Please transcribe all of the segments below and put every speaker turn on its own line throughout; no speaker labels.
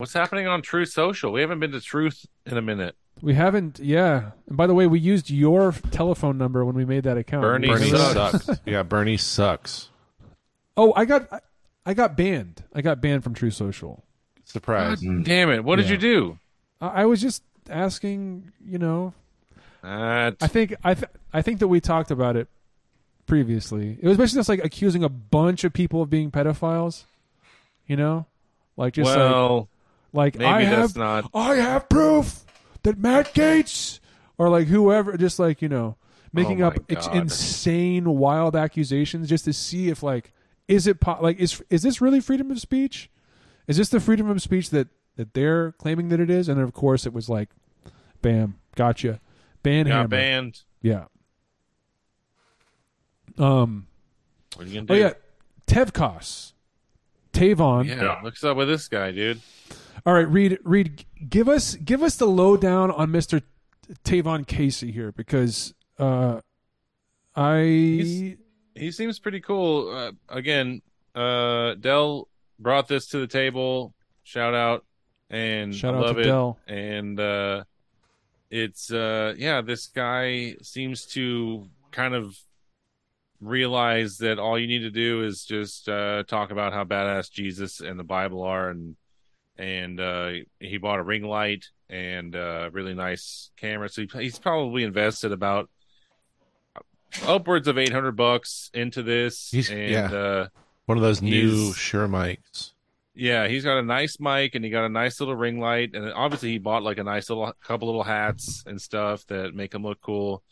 What's happening on Truth Social? We haven't been to Truth in a minute.
We haven't, yeah. And by the way, we used your telephone number when we made that account.
Bernie
Remember
Bernie
that?
sucks.
sucks. yeah, Bernie sucks.
Oh, I got, I- I got banned. I got banned from True Social.
Surprise.
Damn it! What did
Yeah.
you do?
I, I was just asking, you know,
Uh,
I think I th- I think that we talked about it previously. It was basically just like accusing a bunch of people of being pedophiles. You know, like just
well,
like like
maybe
I
that's
have
not-
I have proof that Matt Gates or like whoever just like you know making
Oh
up
my
ex-
God.
insane wild accusations just to see if like is it po- like is is this really freedom of speech? Is this the freedom of speech that that they're claiming that it is? And of course, it was like, bam, gotcha, ban
got
hammer.
banned.
Yeah. Um.
What are you gonna
Oh
do?
yeah, Tevkos, Tavon.
yeah. Looks up with this guy, dude.
All right, Reed. Reed, give us give us the lowdown on Mister Tavon Casey here because uh, I
He's- He seems pretty cool. Uh, again, uh, Dell brought this to the table. Shout out and
Shout
I
out
love
to
it.
Dell.
And uh, it's uh, yeah, this guy seems to kind of realize that all you need to do is just uh, talk about how badass Jesus and the Bible are, and and uh, he bought a ring light and uh, really nice camera. So he, he's probably invested about upwards of eight hundred bucks into this,
He's-
and
yeah.
uh,
One of those new
He's-
Sure mics.
yeah, he's got a nice mic and he got a nice little ring light, and obviously he bought like a nice little couple little hats and stuff that make him look cool.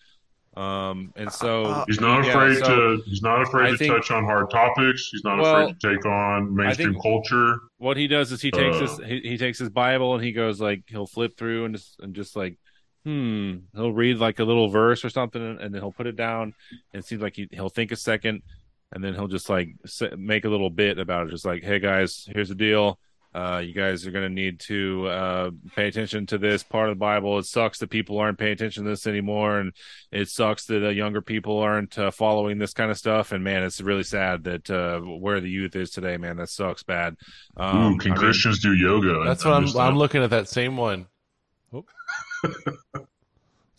Um, and so
He's not
Yeah,
afraid
so-
to. He's not afraid
I
to
think-
touch on hard topics. He's not
Well,
afraid to take on mainstream
think-
culture.
what he does is he takes
Uh.
his he, he takes his Bible and he goes like he'll flip through and just and just like hmm he'll read like a little verse or something and, and then he'll put it down and it seems like he, he'll think a second and then he'll just like s- make a little bit about it just like hey guys here's the deal uh, you guys are going to need to uh, pay attention to this part of the Bible. It sucks that people aren't paying attention to this anymore, and it sucks that uh, younger people aren't uh, following this kind of stuff. And man, it's really sad that uh, where the youth is today, man, that sucks bad. Um,
Ooh, can
I mean,
Christians do yoga?
That's
I
what I'm.
missed
I'm
that.
looking at that same one.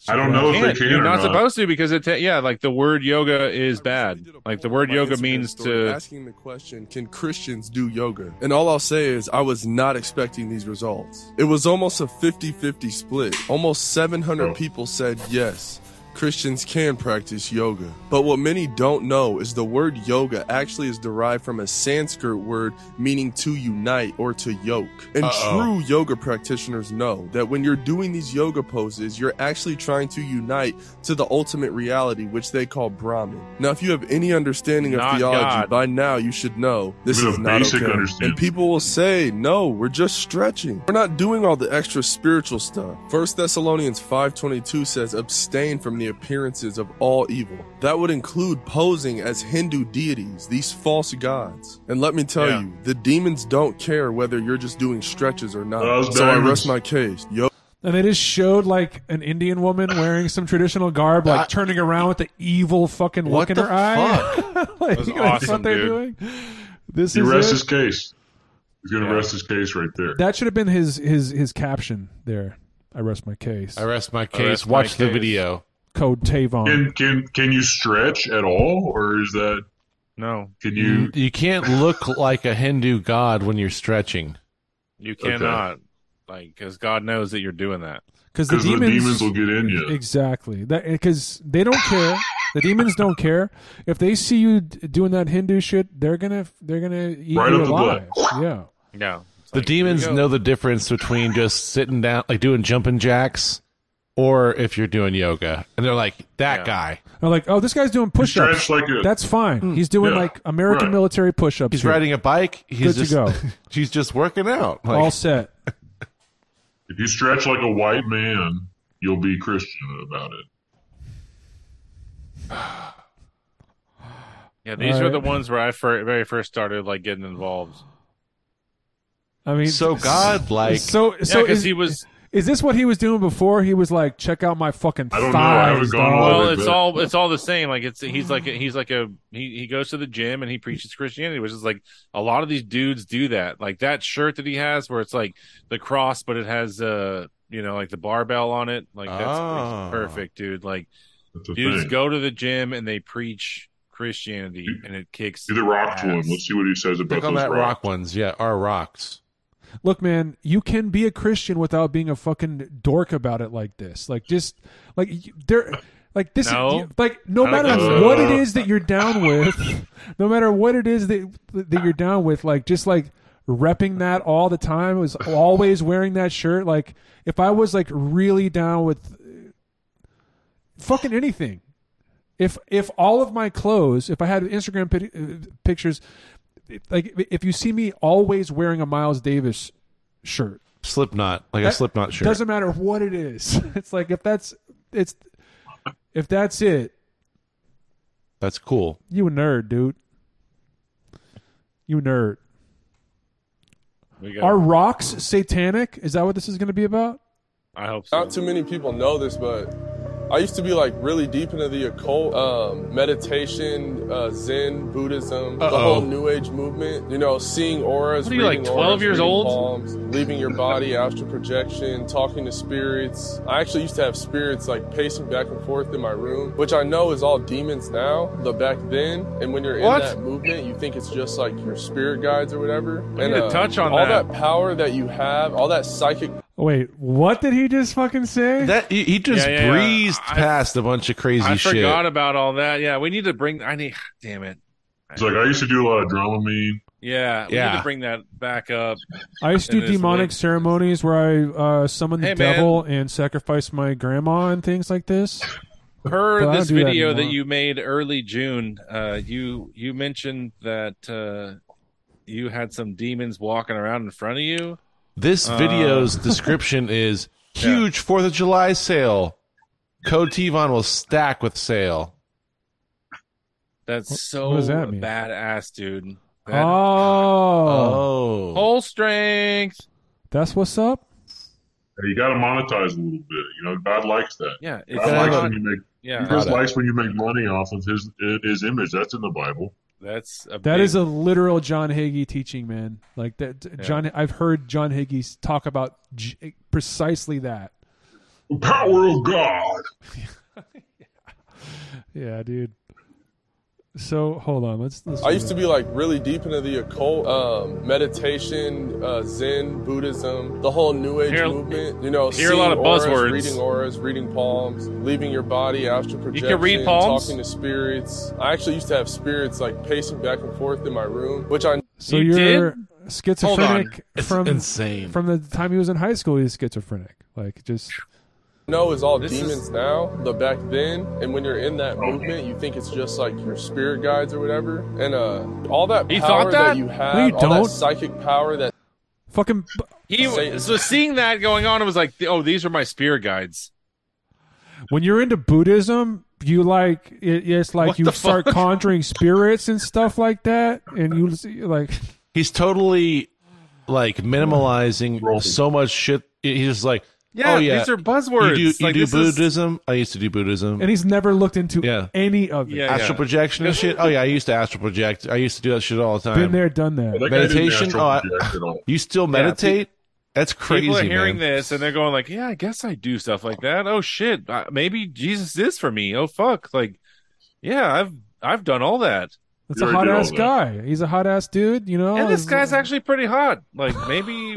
I don't know if
can't.
they can
You're
or
not,
not.
supposed to because it, ta- yeah, like the word yoga is bad. Like the word
My
yoga
Instagram
means
story
to.
asking the question, can Christians do yoga? And all I'll say is I was not expecting these results. It was almost a 50-50 split. Almost 700
Oh.
people said yes. Christians can practice yoga. But what many don't know is the word yoga actually is derived from a Sanskrit word meaning to unite or to yoke. And
Uh-oh.
true yoga practitioners know that when you're doing these yoga poses, you're actually trying to unite to the ultimate reality, which they call Brahman. Now, if you have any understanding of
Not
theology,
God.
by now you should know this
Even
is
a
not
basic
okay.
understanding.
And people will say, "No, we're just stretching. We're not doing all the extra spiritual stuff." First Thessalonians five twenty two says, "Abstain from the appearances of all evil." That would include posing as Hindu deities, these false gods. And let me tell
Yeah.
you, the demons don't care whether you're just doing stretches or not.
Those
so I
demons.
rest my case. Yo.
and they just showed like an Indian woman wearing some traditional garb, like
I-
turning around with the evil fucking
What
look in
the
her eye. like,
was
that's
awesome,
what they're
dude.
doing. This
He
is
rests
it.
his case. He's gonna
Yeah.
rest his case right there.
that should have been his his his caption there. I rest my case.
I rest my case.
rest my
Watch the
case.
video.
Code Tavon.
Can can can you stretch at all, or is that
No,
can you?
You can't look like a Hindu god when you're stretching.
you cannot. Like, because God knows that you're doing that.
because
Because the, demons will get in you.
exactly that because they don't care the demons don't care if they see you d- doing that hindu shit they're gonna they're gonna eat
Right
you
up the
alive
butt.
yeah
No, It's
The
like, here we
demons
go.
know the difference between just sitting down, like doing jumping jacks, or if you're doing yoga, and they're like that
Yeah.
guy.
they're like oh this guy's doing push-ups
Stretch like a.
that's fine he's doing
Yeah,
like american
right.
military push-ups
Hmm. He's
here.
riding a bike. He's
Good
just
to
he's just working out. Like,
all set
if you stretch like a white man, you'll be Christian about it.
Yeah, these
All
were the
right.
ones where I fir- very first started like getting involved.
i mean
so godlike.
so
Yeah,
so
because
is,
he was
Is this what he was doing before? He was like, check out my fucking
I don't know. I
thighs.
haven't gone
dog."
all the
Well,
way
it's
back.
all it's all the same. Like it's he's like a, he's like a he, he goes to the gym and he preaches Christianity, which is like a lot of these dudes do that. Like that shirt that he has, where it's like the cross, but it has uh you know like the barbell on it. Like that's
Oh.
perfect, dude. Like
Ah. That's a
dudes
thing.
go to the gym and they preach Christianity, and it kicks.
Do the rock one.
ass.
Let's see what he says about
Click on
those
that
rocks.
rock ones. Yeah, our rocks.
Look, man, you can be a Christian without being a fucking dork about it like this. Like just like y- there like this
No.
you- like no
I don't
matter
Uh,
think so.
what it is that you're down with, no matter what it is that that you're down with, like just like repping that all the time was always wearing that shirt like if I was like really down with fucking anything. If if all of my clothes, if I had Instagram pic- uh, pictures, if- like if you see me always wearing a Miles Davis shirt,
Slipknot, like a
That
Slipknot shirt.
doesn't matter what it is. It's like if that's it's if that's it,
That's cool.
you a nerd, dude. You a nerd.
We got-
Are rocks satanic? Is that what this is going to be about?
I hope so.
Not too many people know this, but I used to be like really deep into the occult, um, meditation, uh, Zen, Buddhism, the
Uh-oh.
whole New Age movement. You know, seeing auras.
What are you, like,
reading
12
auras,
years
reading
old?
palms, leaving your body, astral projection, talking to spirits. I actually used to have spirits like pacing back and forth in my room, which I know is all demons now, but back then, and when you're
What?
in that movement, you think it's just like your spirit guides or whatever.
I need
and
to touch on
uh, all
that.
that power that you have, all that psychic
Oh, Wait, what did he just fucking say?
That he, he just
Yeah, yeah, yeah.
breezed
I-
past a bunch of crazy
I
shit.
forgot about all that. Yeah, we need to bring. I need. Damn it.
It's like I used to do a lot of Dramamine.
Yeah, we need
Yeah.
to bring that back up.
I used to
It
do
is
demonic
lit.
ceremonies where I uh, summon the
Hey, man.
devil and sacrifice my grandma and things like this.
per
Well, I
this
don't do that
video that,
anymore.
you made early June, uh, you you mentioned that uh, you had some demons walking around in front of you.
This
Uh.
video's description is huge Fourth of July sale. Code Tivon will stack with sale.
That's so
what does that mean?
badass, dude. That
Oh,
Oh,
whole strength.
that's what's up.
Hey, You got to monetize a little bit. You know, God likes that.
Yeah, it's
God
gotta
not-
likes
have
when you make.
yeah.
he just
Product.
likes when you make money off of his his image. That's in the Bible.
That's a
That
big-
is a literal John Hagee teaching, man. Like that, John. I've heard John Hagee s- talk about j- precisely that.
The power of God.
Yeah, dude. So hold on, let's. let's
I used to be like really deep into the occult, um, meditation, uh, Zen, Buddhism, the whole New Age
Hear-
movement. You know,
hear a lot of
seeing auras,
buzzwords.
reading auras, reading palms, leaving your body, astral
You
projection,
can read palms?
talking to spirits. I actually used to have spirits like pacing back and forth in my room, which I
so
You
are schizophrenic
It's
from
insane.
from the time he was in high school. He was schizophrenic. Like just
know is all
This
demons
is- Oh,
now, but back then, and when you're in that movement, you think it's just like your spirit guides or whatever, and uh, all that
He
power
thought that?
you have,
No, you
all
don't.
that psychic power that
fucking.
he
Satan.
so seeing that going on. It was like, oh, these are my spear guides.
when you're into Buddhism, you like it, it's like
What
you
the
start
fuck?
conjuring spirits and stuff like that, and you see, like
He's totally like minimalizing so much shit. He's just like,
Yeah,
oh yeah,
these are buzzwords.
You do, you
Like,
do
this is-
Buddhism? I used to do Buddhism.
and he's never looked into
Yeah.
any of it.
Yeah,
astral
yeah.
projection and shit. Oh yeah, I used to astral project. I used to do that shit all the
Been
time.
there, done that.
That guy didn't
Meditation?
astral
Oh, I-
project at all.
You still meditate? That's crazy.
People are hearing
man.
this and they're going like, "Yeah, I guess I do stuff like that." Oh shit, I, maybe Jesus is for me. Oh fuck, like, yeah, I've I've done all that.
That's
You
a
already
hot
did all
ass
that.
guy. He's a hot ass dude. You
Oh,
know,
and this
He's-
guy's actually pretty hot. Like maybe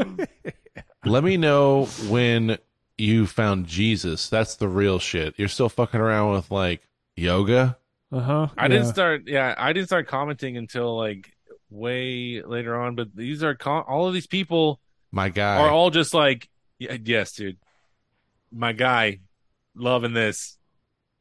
Let me know when you found Jesus. That's the real shit. You're still fucking around with like yoga.
uh-huh.
I didn't start. Yeah, I didn't start commenting until like way later on. But these are com- all of these people
My guy.
are all just like, "Y- yes, dude, my guy, loving this.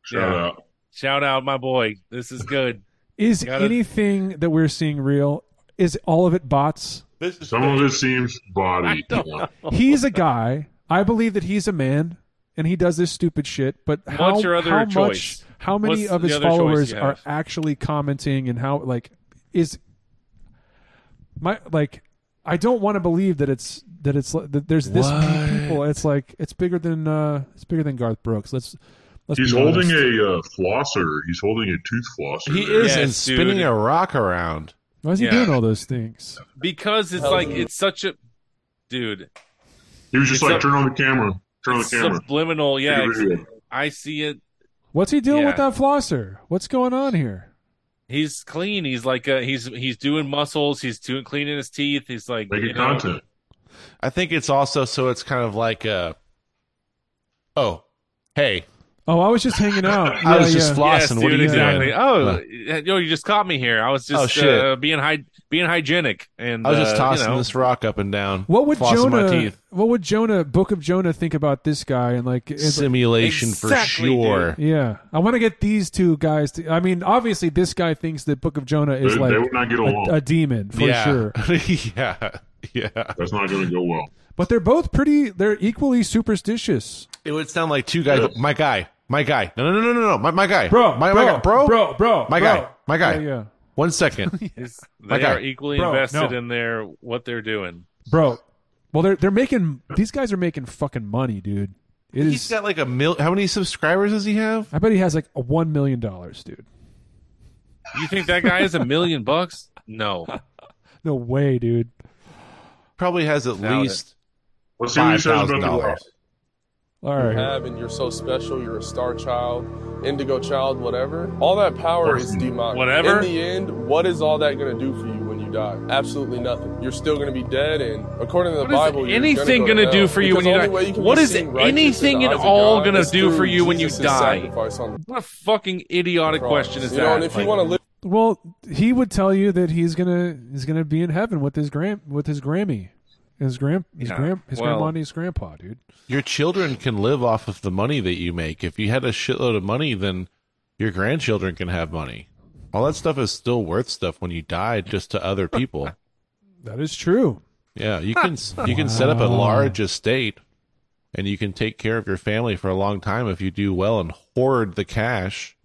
Shout
Yeah.
out.
Shout out, my boy. This is good.
Is
You gotta-
anything that we're seeing real? Is all of it bots?
Some of it seems body.
I don't
you know.
He's a guy. I believe that he's a man, and he does this stupid shit. But how,
What's your other
how
choice?
much? How many
What's
of
the
his
other choice
followers
you
are
have?
actually commenting, and how like is my like I don't want to believe that it's that it's li- that there's this many
What?
people. It's like it's bigger than uh it's bigger than Garth Brooks. Let's let's.
He's
be
holding
honest.
a uh, flosser. He's holding a tooth flosser.
He
there.
is
Yes,
and spinning
dude.
a rock around.
Why is he
Yeah.
doing all those things?
because it's like it's such a dude.
He was just
It's
like,
a-
turn on the camera. Turn on the
It's
camera.
subliminal, yeah.
Take a video."
I see it.
What's he doing with
Yeah.
that flosser? What's going on here?
He's clean. He's like uh he's he's doing muscles. He's doing cleaning his teeth. He's like
Make
you
it
know,
content.
I think it's also so it's kind of like uh oh hey
Oh, I was just hanging out.
I
Yeah,
was just
yeah.
flossing.
Yes,
what
dude,
are you
exactly.
doing?
Oh,
Uh,
yo, you just caught me here. I was
Oh,
just
shit.
uh, being hy- being hygienic, and
I was just
uh,
tossing
you know,
this rock up and down.
What would
flossing
Jonah?
My teeth.
What would Jonah? Book of Jonah think about this guy and like? it's like-
Simulation
Exactly,
for sure.
yeah, I want to get these two guys. to I mean, obviously, this guy thinks that Book of Jonah is
They-
like
they would not get along.
a, a demon for
yeah.
sure.
yeah. Yeah.
That's not going to go well.
But they're both pretty. They're equally superstitious,
It would sound like two guys. go, My guy. My guy. No, no, no, no, no, no. My, my guy. My, my guy. Bro.
bro, bro,
My
bro.
guy. My guy.
Yeah, yeah.
One second.
They
My guy.
are equally
Bro,
invested
no.
in their what they're doing.
bro. Well, they're they're making these guys are making fucking money, dude. It
He's
is.
got like a mil. How many subscribers does he have?
I bet he has like a one million dollars, dude.
You think that guy is a million bucks? No,
No way, dude.
Probably has at
Doubt
least.
Let's see what he says about the
$5,000.
rock.
All right.
have and you're so special, you're a star child, indigo child, whatever. All that power is demonic.
Whatever?
In the end, what is all that going to do for you when you die? Absolutely nothing. You're still going to be dead, and according to the
what
Bible,
is
you're
anything
going to
do for you when you die? What is anything at all going to do for you when you die? What a fucking idiotic question is
you
that?
Know, and if you
Like,
want to live
Well, he would tell you that he's gonna he's gonna be in heaven with his gram with his Grammy, his gram his
Yeah,
gram his
well-
grandma and his grandpa, dude.
Your children can live off of the money that you make. If you had a shitload of money, then your grandchildren can have money. All that stuff is still worth stuff when you die, just to other people.
That is true.
Yeah, you can you can set up a large estate, and you can take care of your family for a long time if you do well and hoard the cash.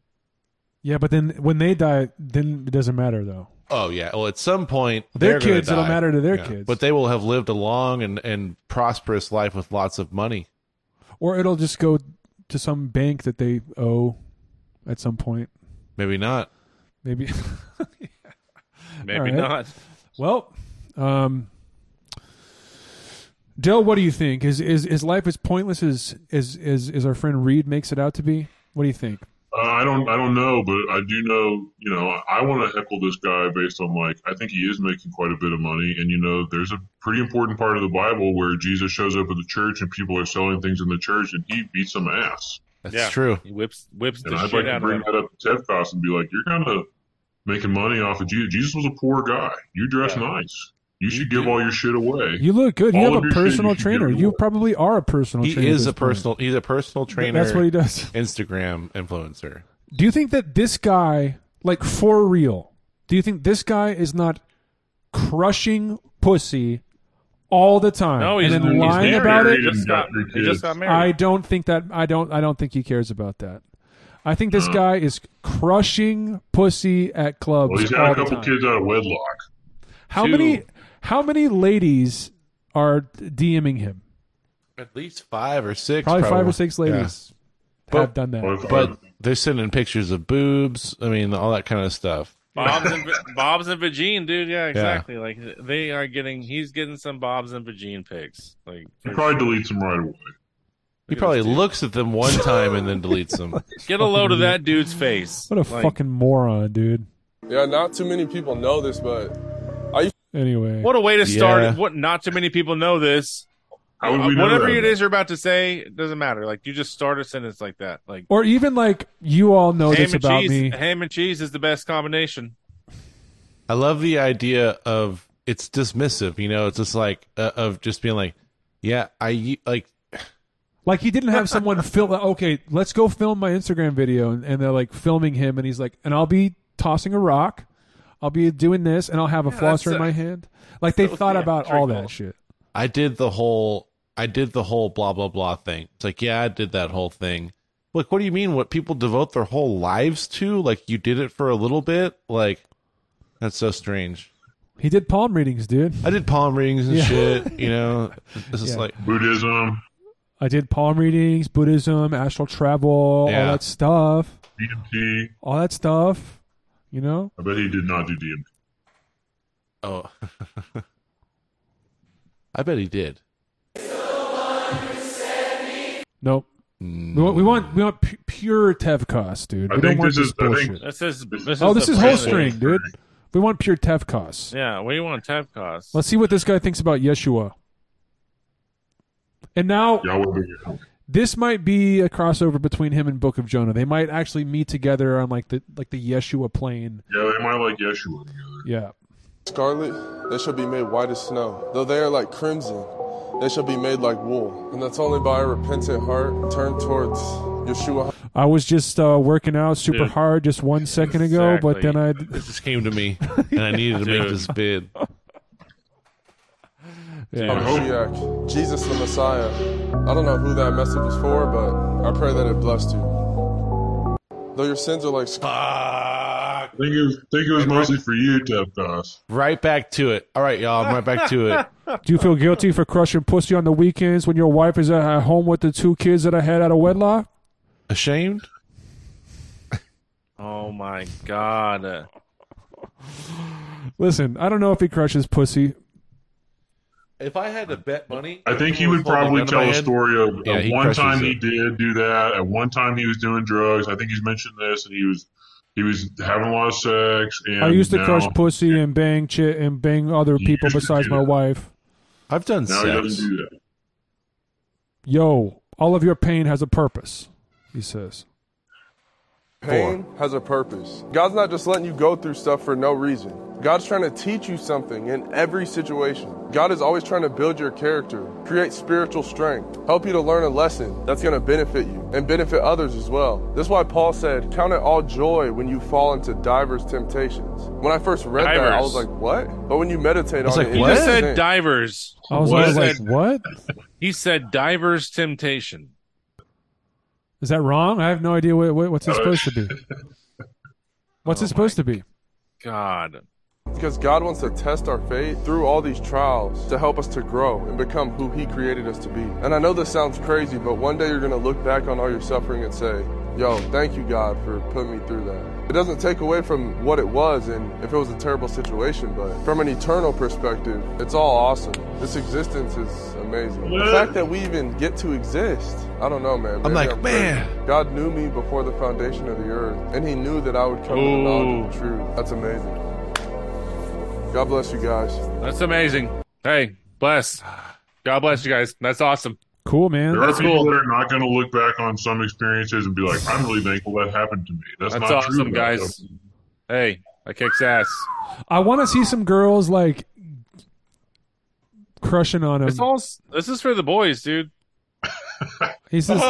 Yeah, but then when they die, then it doesn't matter though.
Oh yeah, well at some point
Their
they're gonna
kids, it'll
die.
matter to their
Yeah.
kids.
but they will have lived a long and and prosperous life with lots of money.
Or it'll just go to some bank that they owe at some point.
Maybe not.
Maybe.
maybe
All right.
not.
well, um, Dell, what do you think? Is is is life as pointless as as as, as our friend Reed makes it out to be? What do you think?
Uh, I don't, I don't know, but I do know. You know, I, I want to heckle this guy based on like I think he is making quite a bit of money, and you know, there's a pretty important part of the Bible where Jesus shows up at the church and people are selling things in the church, and he beats some ass.
That's
Yeah.
true.
He whips whips
And
the
I'd
shit
like to
out of
bring
him.
that up to Tedcos and be like, you're kind of making money off of Jesus. Jesus was a poor guy. You dress nice. You should give all your shit away.
You look good. You
All
have
of
a
your shit
personal
you can
trainer.
give
You
away.
probably are a personal
He
trainer. at
is
this
a
point.
personal. He's a personal
Th-
trainer.
That's what he does.
Instagram influencer.
Do you think that this guy, like for real, do you think this guy is not crushing pussy all the time?
No, he's,
and then
he's
lying
married.
about it.
He just got, he just got married.
I don't think that I don't I don't think he cares about that. I think
Uh.
this guy is crushing pussy at clubs
Well, he's
all
got
the
a couple
time.
kids out of wedlock.
how
Two.
many how many ladies are DMing him?
At least five or six.
Probably, five
probably.
or six ladies have done that.
Or if-
But they're sending pictures of boobs. I mean, all that kind of stuff.
Bob's and Bob's and Vagine, dude. Yeah, exactly. Like they are getting. He's getting some Bob's and Vagine pics. Like
he probably deletes them right away.
He probably looks at them one time and then deletes them.
get a load of that dude's face.
What a
Like,
fucking moron, dude.
Yeah, not too many people know this, but
Anyway,
What a way to start.
Yeah.
What not too many people know this.
How would we know
Uh, Whatever
that?
it is you're about to say, it doesn't matter. Like you just start a sentence like that. Like
or even like you all know
ham
this
and
about
cheese.
me.
Ham and cheese is the best combination.
I love the idea of it's dismissive. You know, it's just like uh, of just being like, yeah, I u- like
Like he didn't have someone film. Okay, let's go film my Instagram video, and, and they're like filming him, and he's like, and I'll be tossing a rock, I'll be doing this, and I'll have a flosser
that's,
in
uh,
my hand. Like they
so
thought about all
theatrical.
that shit.
I did the whole I did the whole blah blah blah thing. It's like, yeah, I did that whole thing. Like, what do you mean? What people devote their whole lives to? Like, you did it for a little bit. Like, that's so strange.
He did palm readings, dude.
I did palm readings and
Yeah.
shit. You know, this is
Yeah.
like
Buddhism,
I did palm readings, Buddhism, astral travel, all
Yeah.
that stuff.
DMT.
All that stuff. You know?
I bet he did not do DMT.
oh, I bet he did.
Nope. We want we want, we want pu- pure Tevkos, dude.
I
We don't
think
want
this
this
is- I think-
bullshit.
This is this
Oh,
is
this
the
is whole
prelude.
string, dude. We want pure Tevkos.
Yeah, what do you want tab cost?
Let's see what this guy thinks about Yeshua. And now
Yahweh be your help.
this might be a crossover between him and Book of Jonah. They might actually meet together on like the like the Yeshua plane.
Yeah, they might like Yeshua together.
Yeah.
Scarlet, they shall be made white as snow. Though they are like crimson, they shall be made like wool. And that's only by a repentant heart turned towards Yeshua
I was just uh, working out super
Dude.
hard just one second ago, but then I
This just came to me, and I needed to make
Dude.
this bid.
Yeah.
Hamashiach, Jesus the Messiah. I don't know who that message was for, but I pray that it blessed you. Though your sins are like scarlet,
I think it was, think it was mostly for you, Tepkos.
Right back to it. All right, y'all. I'm right back to it.
do you feel guilty for crushing pussy on the weekends when your wife is at home with the two kids that I had out of wedlock?
Ashamed?
Oh my god.
Listen, I don't know if he crushes pussy.
If I had to bet money,
I think he would probably tell a story of
Yeah,
at
he
one
crushes
time he
it.
did do that. At one time he was doing drugs. I think he's mentioned this, and he was he was having a lot of sex. And
I used to
now,
crush pussy and bang chit and bang other
You
people
used to
besides
do
my
that.
wife.
I've done
Now he
sex.
doesn't do that.
Yo, all of your pain has a purpose, he says.
pain has a purpose. God's not just letting you go through stuff for no reason. God's trying to teach you something in every situation. God is always trying to build your character, create spiritual strength, help you to learn a lesson that's going to benefit you and benefit others as well. That's why Paul said, Count it all joy when you fall into divers temptations. When I first read that, I
Divers.
was like, What? But when you meditate
was
on
like,
it, it,
what?
He
makes
What?
said
sense.
divers.
I was,
What
I
is
was like,
that?
what?
He said divers temptation.
Is that wrong? I have no idea what, what, what's it supposed to be. What's
Oh
it supposed to be?
God.
Because God wants to test our faith through all these trials to help us to grow and become who He created us to be. And I know this sounds crazy, but one day you're going to look back on all your suffering and say, Yo, thank you, God, for putting me through that. It doesn't take away from what it was and if it was a terrible situation, but from an eternal perspective, it's all awesome. This existence is amazing. The fact that we even get to exist, I don't know, man.
I'm
Maybe
like,
crazy.
man.
God knew me before the foundation of the earth, and He knew that I would come to the knowledge of the truth. That's amazing. God bless you guys.
That's amazing. Hey, bless. God bless you guys. That's awesome.
Cool, man.
There are
That's
people
cool.
that are not going to look back on some experiences and be like, "I'm really thankful that happened to me." That's,
That's
not true,
awesome,
about
guys.
them.
Hey, I kicks ass.
I want to see some girls like crushing on him.
It's all this is for the boys, dude.
He says,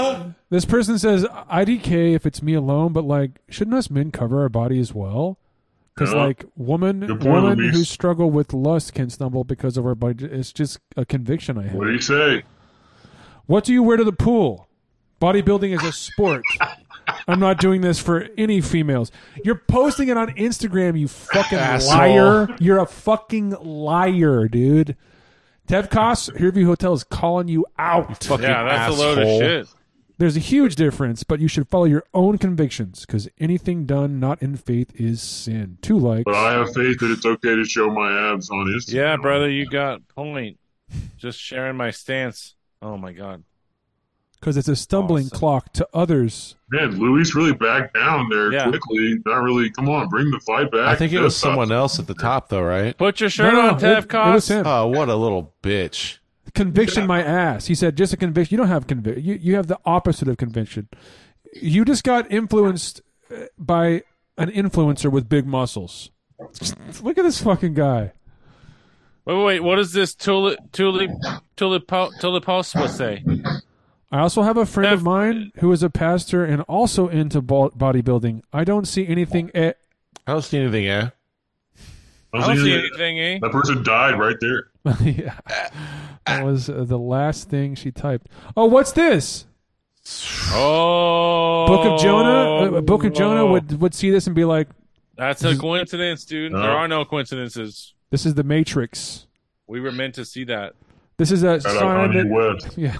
"This person says IDK if it's me alone, but like, shouldn't us men cover our body as well? Because
Yeah.
like, woman,
Good point,
woman
Luis.
who struggle with lust can stumble because of her body. It's just a conviction I have.
What do you say?
What do you wear to the pool? Bodybuilding is a sport. I'm not doing this for any females. You're posting it on Instagram, you fucking liar. You're a fucking liar, dude. Tevkos, Hervey Hotel is calling you out.
Fucking
Yeah, that's
asshole.
a load of shit.
There's a huge difference, but you should follow your own convictions because anything done not in faith is sin. Two likes.
But I have faith that it's okay to show my abs on Instagram.
Yeah, brother, you got point. Just sharing my stance. Oh my god.
Because it's a stumbling
Awesome.
clock to others.
Man, Luis really backed down there
Yeah.
quickly. Not really. Come on, bring the fight back. uh,
I think it was
That's-
someone else at the top, though, right?
Put your shirt
No, no,
on,
it- it
Tevkos.
was him.
Oh, what a little bitch.
conviction my ass. He said, just a conviction. You don't have conviction. You, you have the opposite of conviction. You just got influenced uh, by an influencer with big muscles. Look at this fucking guy.
Wait, wait, wait, what does this tulip tulip tulip tulipos say?
I also have a friend of
Def-
mine who is a pastor and also into bo- bodybuilding. I don't see anything. eh,
I don't see anything, eh?
I
I
was
don't see
thinking
anything, eh?
That person died right there.
yeah. That was uh, the last thing she typed. Oh, what's this?
Oh,
Book of Jonah. Uh, Book of Jonah would would see this and be like,
That's a coincidence, dude.
No.
There are no coincidences.
This is the Matrix.
We were meant to see that.
This is a
Shout out
sign
Kanye
that.
uh, West.
Yeah,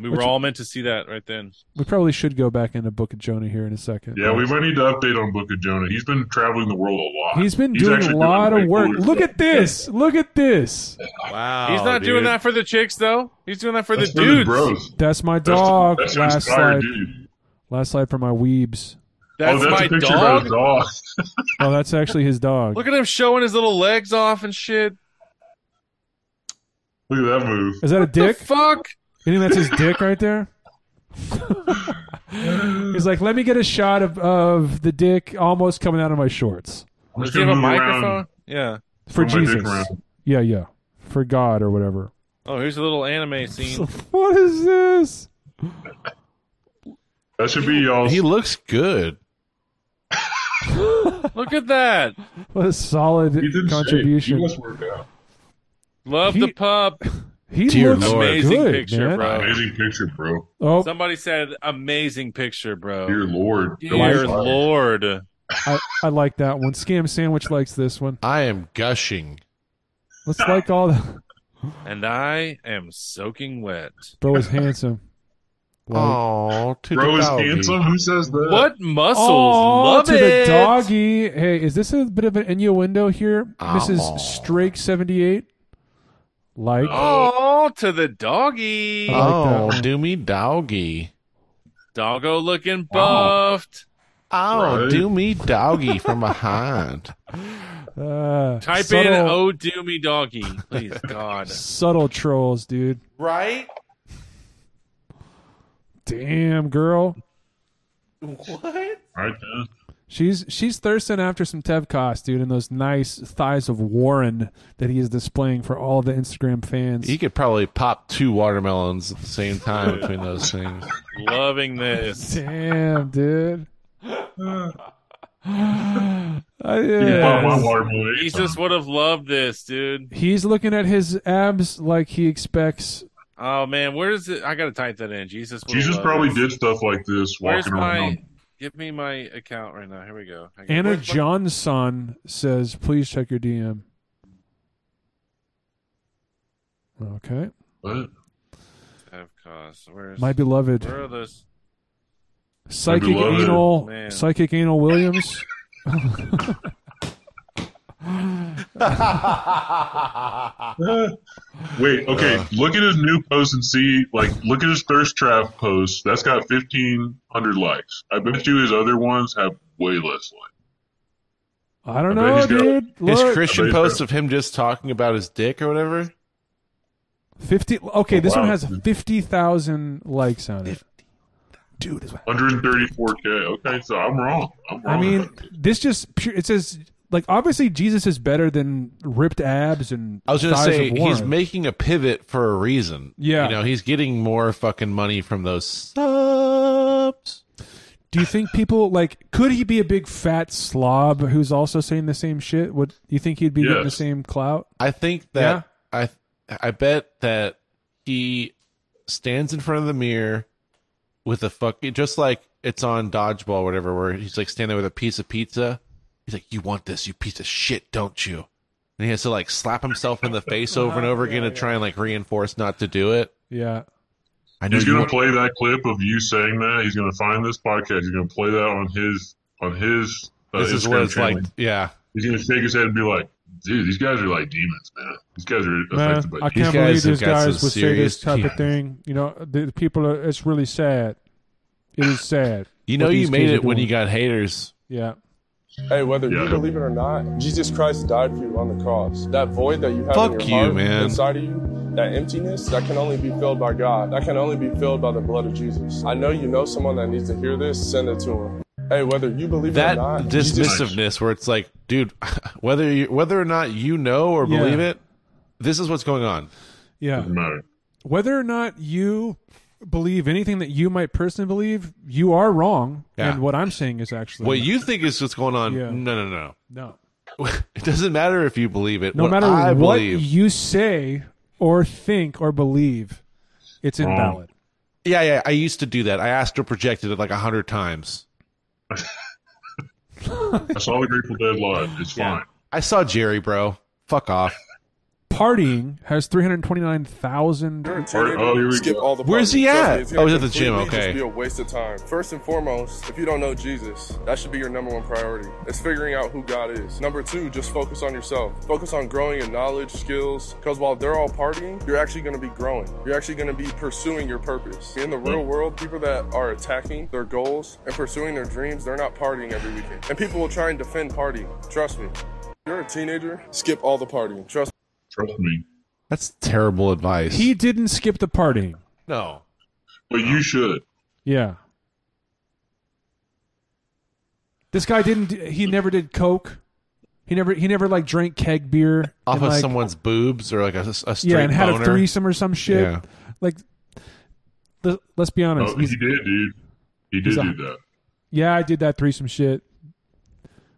We
Which-
were all meant to see that right then.
we probably should go back into Book of Jonah here in a second.
Yeah, we might need to update on Book of Jonah. He's been traveling the world a lot.
He's been
He's
doing
actually
a lot
doing
of
way
work.
cooler
Look
stuff.
at this. Look at this.
Wow.
He's not doing
dude.
that for the chicks though. He's doing that for
Oh, That's
the
for the
dudes.
bros.
That's my
That's,
dog.
that's an
last slide.
inspired dude.
Last slide for my weebs.
That's,
oh, that's
my
a picture of
dog.
his dog.
Oh, that's actually his dog.
Look at him showing his little legs off and shit.
Look at that move.
Is that a dick?
The fuck.
You think that's his dick right there? He's like, let me get a shot of, of the dick almost coming out of my shorts
I'm
Does
just
he have
gonna
a
move around.
microphone? Yeah.
for
Put my dick
Jesus.
around.
Yeah, yeah, for God or whatever.
Oh, here's a little anime scene.
what is this?
That should be y'all.
He looks good.
Look at that.
What a solid
He's in shape.
contribution.
He must work out.
Love
He-
the pup.
He
Dear
looks
Lord.
Amazing
good,
picture,
man.
bro.
Amazing picture, bro.
Oh,
Somebody said amazing picture, bro. Dear,
Dear Lord.
Dear
lord.
I, I like that one. Scam Sandwich likes this one.
I am gushing.
Let's like all the
And I am soaking wet.
bro is handsome. Like-
Oh, to
Bro
the
is
doggy.
handsome. Who says that?
What muscles?
Aw,
Love
to
it.
the doggy. Hey, is this a bit of an innuendo here,
Ah,
Aw.
Mrs. Strake seventy eight? Like,
Oh, to the doggy.
I like that
Oh,
one.
do me doggy.
Doggo looking buffed.
Oh,
Right.
do me doggy from behind.
uh,
Type
subtle,
in "Oh, do me doggy," please, God.
subtle trolls, dude.
Right?
Damn, girl,
What?
Right then.
she's she's thirsting after some Tevkos, dude, and those nice thighs of Warren that he is displaying for all the Instagram fans.
You could probably pop two watermelons at the same time between those things.
Loving this.
Damn, dude. I-
You can
yes.
pop my eh? watermelon.
Jesus would have loved this, dude.
He's looking at his abs like he expects.
Oh man, where is it? I gotta type that in. Jesus. would've
Jesus
loved
probably
this.
did stuff like this
Where's
walking
my?
around.
Give me my account right now. Here we go. Hang on.
Anna
Where's my-
Johnson says, "Please check your DM." Okay,
What?
Tevkos. Where's
my beloved
Where are those?
psychic
beloved.
anal,
Man.
psychic anal Williams.
Wait, okay.
Uh.
look at his new post and see, like, look at his thirst trap post. That's got fifteen hundred likes. I bet you his other ones have way less likes.
I don't
I bet
know,
he's got-
dude.
His
Look,
Christian
Amazing.
post of him just talking about his dick or whatever.
fifty.
Oh,
Okay, this
Wow.
one has fifty thousand likes on it. Dude,
Hundred and thirty-four k. Okay, so I'm wrong. I'm wrong.
I mean, this just pure, it says like obviously Jesus is better than ripped abs and
I was going to
thighs
say
of Warren.
he's making a pivot for a reason.
Yeah.
you know he's getting more fucking money from those subs.
Do you think people like could he be a big fat slob who's also saying the same shit? Would you think he'd be getting the
Yes.
same clout?
I think that I I bet that he stands in front of the mirror with a fucking just like it's on dodgeball or whatever where he's like standing with a piece of pizza. He's like, "You want this, you piece of shit, don't you?" And he has to like slap himself in the face over and over again to try and like reinforce not to do it.
Yeah.
I know
he's
you
gonna
want-
play that clip of you saying that. He's gonna find this podcast. He's gonna play that on his on his. Uh,
this is
Instagram
what it's
channel.
like. Yeah,
He's gonna shake his head and be like, "Dude, these guys are like demons, man. These guys are
Man,
affected by
I can't
demons."
guys
believe
have
these
got
guys
some
would say this
serious
type of
teeth.
thing. You know, the, the people are it's really sad. It is sad.
you know
what
you
these
made
kids are
it when
doing.
you got haters.
Yeah.
Hey, whether
Yeah.
you believe it or not, Jesus Christ died for you on the cross. That void that you have
Fuck
in your
you,
heart
man.
inside of you, that emptiness, that can only be filled by God. That can only be filled by the blood of Jesus. I know you know someone that needs to hear this. Send it to him. Hey, whether you believe
that
it or not, Jesus
dismissiveness where it's like dude whether you whether or not you know or
Yeah.
believe it this is what's going on
Yeah.
Doesn't matter.
Whether or not you believe anything that you might personally believe, you are wrong.
Yeah.
And what I'm saying is actually
what you think is what's going on
Yeah.
no no
no.
no it doesn't matter if you believe it
No
what
matter
i
what
believe
you say or think or believe, it's
Wrong.
invalid.
yeah yeah i used to do that i astral projected it like a hundred times
I saw the Grateful Dead live. It's fine.
i saw jerry bro Fuck off.
Partying has 329,000
Entertainment,
Oh, here we
skip
go.
all the
Where's
parties.
he
Trust
at?
me, it's gonna
Oh, he's at the gym,
completely
okay.
Just be a waste of time. First and foremost, if you don't know Jesus, that should be your number one priority. It's figuring out who God is. Number two, just focus on yourself. Focus on growing your knowledge, skills, because while they're all partying, you're actually going to be growing. You're actually going to be pursuing your purpose. In the
Hmm.
real world, people that are attacking their goals and pursuing their dreams, they're not partying every weekend. And people will try and defend partying. Trust me. You're a teenager. Skip all the partying. Trust.
Trust me.
That's terrible advice.
He didn't skip the partying.
no.
But you should.
Yeah. This guy didn't do- he never did coke. He never he never like drank keg beer
Off
and,
of
like,
someone's boobs or like a, a straight
Yeah, and had
boner.
a threesome or some shit.
Yeah.
Like let, let's be honest.
Oh, he
he's-
did, dude. He did
he's
do
a-
that.
yeah, I did that threesome shit.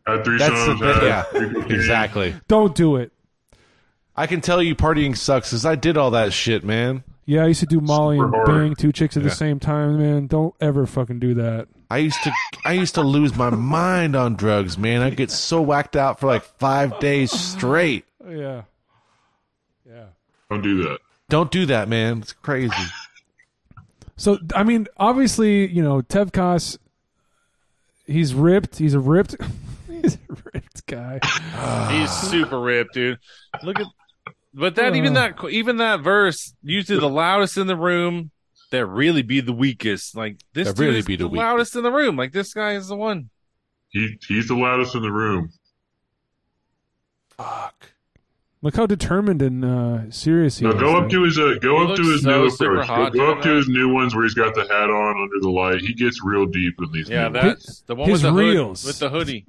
Had three
That's the
sons.
thing.
had
Yeah.
three kids.
Exactly.
Don't do it.
I can tell you partying sucks because I did all that shit, man.
Yeah, I used to do Molly
Super
and
hard.
bang two chicks at
Yeah.
the same time, man. Don't ever fucking do that.
I used to I used to lose my mind on drugs, man. I get so whacked out for like five days straight.
Yeah. Yeah.
Don't do that.
Don't do that, man. It's crazy.
So I mean, obviously, you know, Tevkos, he's ripped. He's a ripped. he's a ripped guy.
He's
Ah.
super ripped, dude. Look at, but that even that even that verse usually the loudest in the room that really be the weakest. Like this
That
dude
really
is
be the
the,
weakest.
loudest in the room. Like this guy is the one.
He he's the loudest in the room.
Fuck.
Look how determined and uh, serious he
Now
is.
go up
Like,
to his uh, go
He
up to
looks
his
so
new
super
approach. Go,
hot
go
doing
up to
that.
his new ones where he's got the hat on under the light. He gets real deep in these.
Yeah,
new ones.
that's the one
his
with the
reels.
hood, with the hoodie.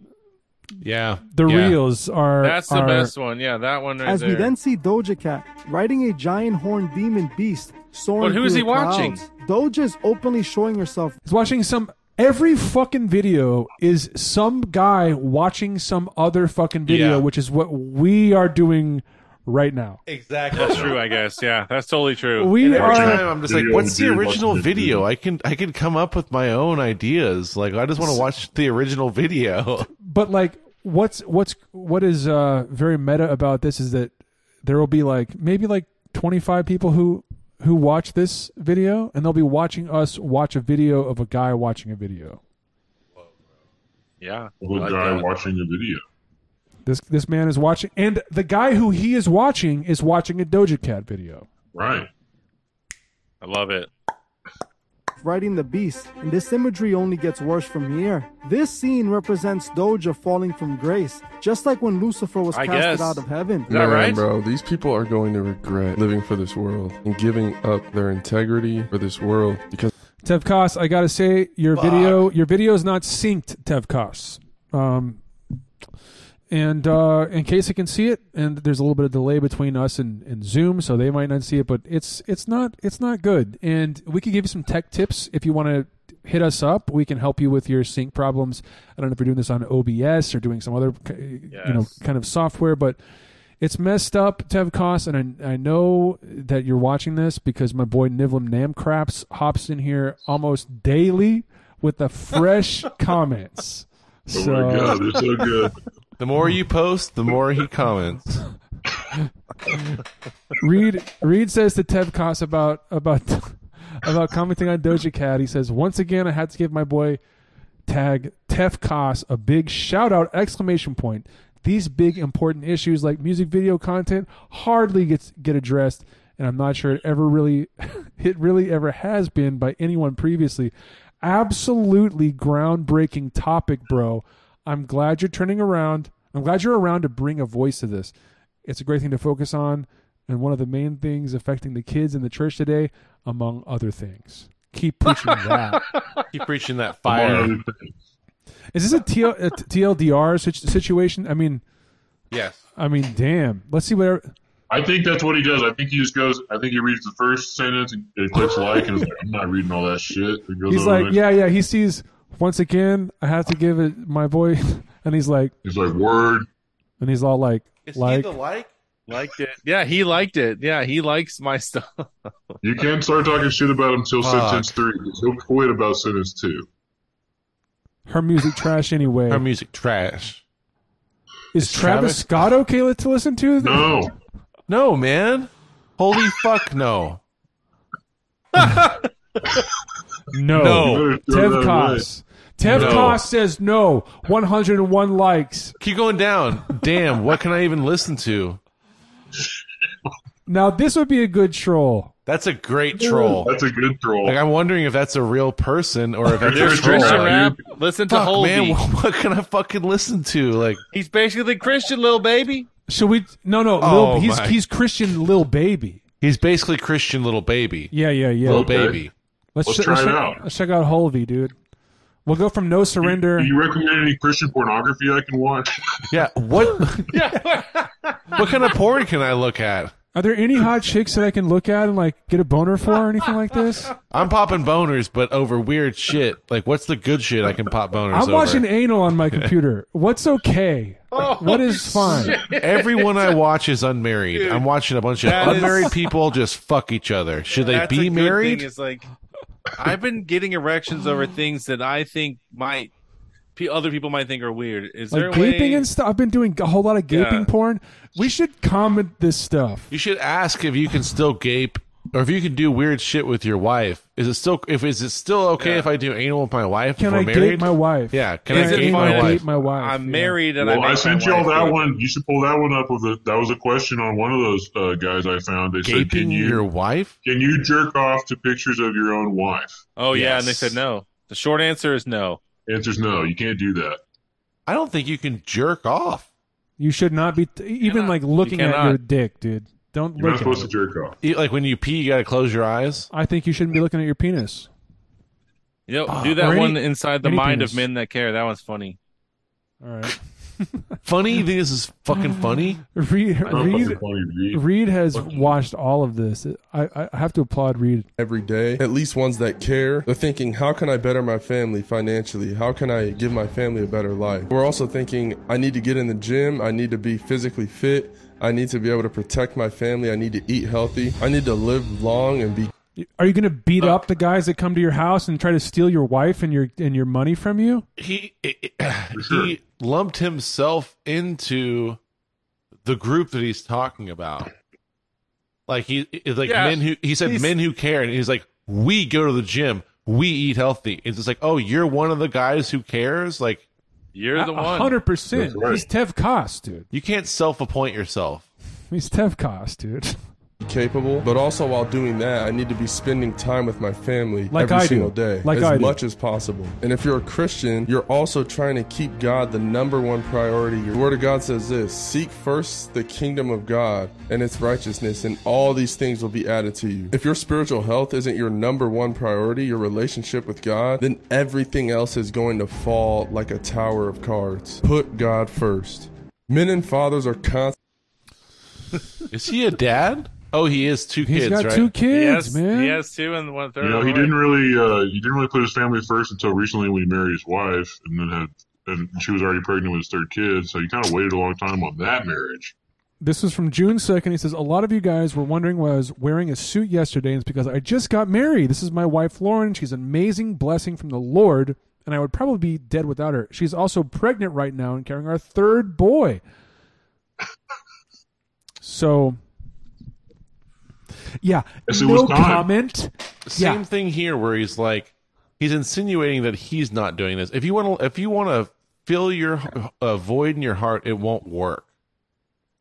Yeah.
the
yeah.
reels are.
That's the
are-
best one. Yeah, that one right
As
there.
we then see Doja Cat riding a giant horned demon beast soaring
But who is
through
he
the
watching?
clouds. Doja's openly showing herself
He's watching some. Every fucking video is some guy watching some other fucking video,
Yeah.
which is what we are doing right now.
Exactly.
that's true, I guess. Yeah, that's totally true.
We
Every
are.
time I'm just like,
Video,
what's the
dude,
original
watch the
video?
video.
I can I can come up with my own ideas. Like I just want to watch the original video.
but like what's what's what is uh very meta about this is that there will be like maybe like 25 people who who watch this video and they'll be watching us watch a video of a guy watching a video
yeah,
Old
like
guy
that.
watching the video.
this this man is watching and the guy who he is watching is watching a doja cat video
Right.
I love it.
riding the beast, and this imagery only gets worse from here. This scene represents Doja falling from grace, just like when Lucifer was
I
casted
guess.
out of heaven.
Is that
Man,
right?
bro? These people are going to regret living for this world and giving up their integrity for this world because
tevkos i gotta say your video your video is not synced tevkos um and uh in case you can see it and there's a little bit of delay between us and, and zoom so they might not see it but it's it's not it's not good and we could give you some tech tips if you want to hit us up we can help you with your sync problems i don't know if you're doing this on obs or doing some other uh, you know
Yes.
kind of software but it's messed up tevkos and I, I know that you're watching this because my boy nivlim namcraps hops in here almost daily with the fresh comments
Oh
so
my god, they're so good.
The more you post, the more he comments.
Reed Reed says to Tevkos about about about commenting on Doja Cat. He says, "Once again, I had to give my boy tag Tevkos a big shout out exclamation point. These big important issues like music video content hardly gets get addressed." And I'm not sure it ever really, it really ever has been by anyone previously. Absolutely groundbreaking topic, bro. I'm glad you're turning around. I'm glad you're around to bring a voice to this. It's a great thing to focus on and one of the main things affecting the kids in the church today, among other things. Keep preaching that.
Keep preaching that
Among
fire.
other things.
Is this a, TL, a t- TLDR sit- situation? I mean,
Yes.
I mean, damn. Let's see what.
I think that's what he does. I think he just goes. I think he reads the first sentence and, and clicks like, and is like, "I'm not reading all that shit." He goes
He's
over
like,
there.
yeah, yeah. He sees once again. I have to give it my boy, and he's like,
He's like, "Word."
and he's all like, like,
like?
Liked it. Yeah, he liked it. Yeah, he likes my stuff.
You can't start talking shit about him till
Fuck.
sentence three. 'cause He'll quit about sentence two.
her music trash anyway.
Our music trash.
Is Travis, Scott okay li- to listen to?
No,
No, man. Holy fuck, no.
No.
No.
better throw
Tev
that away.
Koss. Tev
No.
Koss says no. 101 likes.
Keep going down. Damn, what can I even listen to?
Now this would be a good troll.
That's a great troll.
That's a good throw.
Like I'm wondering if that's a real person or if it's
There's
a troll.
Christian
dude.
rap. Listen to
Fuck, man,
Holby.
what can I fucking listen to? Like,
He's basically Christian, little baby.
Should we? No, no.
Oh,
Lil, he's
my.
he's Christian Lil Baby.
he's basically Christian Little Baby.
Yeah, yeah, yeah.
Little
Okay.
Baby.
let's
let's
check-
try
let's
it
check-
out.
Let's check out Holvey, dude. We'll go from no surrender.
Do you recommend any Christian pornography I can watch?
Yeah. What? what kind of porn can I look at?
Are there any hot chicks that I can look at and like get a boner for or anything like this?
I'm popping boners, but over weird shit. Like, what's the good shit I can pop boners?
I'm
over?
watching anal on my computer. What's okay?
Oh,
what is fine?
Everyone I watch is unmarried. I'm watching a bunch of
That is-
unmarried people just fuck each other. Should they
That's a
be
good
married?
Thing, is like I've been getting erections over things that I think might pe- other people might think are weird. Is there
Like
a
gaping
way-
and stuff. I've been doing a whole lot of gaping
Yeah.
porn. We should comment this stuff.
you should ask if you can still gape or if you can do weird shit with your wife. Is it still if is it still okay
Yeah.
if I do anal with my wife?
Can
if we're
I
married?
date my wife?
Yeah, can
Is
I
it
date
fine
my
to
wife?
date my wife?
I'm
yeah.
married and I.
Well, I,
make
sent
my
you all
wife
that
do it.
one. You should pull that one up. With a, that was a question on one of those uh, guys I found. They said, "Can
Gaping
you
your wife?
can you jerk off to pictures of your own wife?"
Oh yeah, and they
Yes.
said no. The short answer is no.
Answer's no. You can't do that.
I don't think you can jerk off.
You should not be even
cannot.
like looking
You
at
cannot.
your dick, dude. Don't
You're not
look.
supposed
At
to
it.
jerk off.
You- Like when you pee, you gotta close your eyes.
I think you shouldn't be looking at your penis.
You know,
Ah,
do that
or
one
any-
inside the
any
mind
penis.
of men that care. That one's funny.
All right.
Funny, you think this is fucking funny.
Reed,
Not fucking
Reed,
funny, Reed.
Reed has watched all of this. I, I have to applaud Reed.
every day, at least ones that care. They're thinking, how can I better my family financially? How can I give my family a better life? We're also thinking, I need to get in the gym. I need to be physically fit. I need to be able to protect my family. I need to eat healthy. I need to live long and be
Are you going to beat up the guys that come to your house and try to steal your wife and your and your money from you?
he
sure.
he lumped himself into the group that he's talking about. Like he it's like
Yeah.
men who he said
He's-
men who care, and he's like we go to the gym, we eat healthy. It's just like oh, you're one of the guys who cares. Like
You're the one.
hundred percent.
That's right.
He's Tev Koss, dude.
you can't self-appoint yourself.
He's Tev Koss, dude.
capable. But also, while doing that, I need to be spending time with my family
Like
every
I do.
single day,
Like
as
I do.
much as possible. And if you're a Christian, you're also trying to keep God the number one priority. Your Word of God says this: Seek first the kingdom of God and its righteousness, and all these things will be added to you. If your spiritual health isn't your number one priority, your relationship with God, then everything else is going to fall like a tower of cards. Put God first. Men and fathers are constantly
Is he a dad? Oh, he is two
He's
kids,
got
right?
two kids,
yes,
man.
yes, two and one third.
You know, he
Right.
didn't really uh, he didn't really put his family first until recently when he married his wife, and then had and she was already pregnant with his third kid. So he kind of waited a long time on that marriage.
This was from June 2nd. He says, A lot of you guys were wondering why I was wearing a suit yesterday. And it's because I just got married. This is my wife, Lauren. She's an amazing blessing from the Lord, and I would probably be dead without her. She's also pregnant right now and carrying our third boy. So, yeah.
Yes, it
no
was time.
comment.
Same
Yeah.
thing here, where he's like, he's insinuating that he's not doing this. If you want to, if you want to fill your uh, void in your heart, it won't work.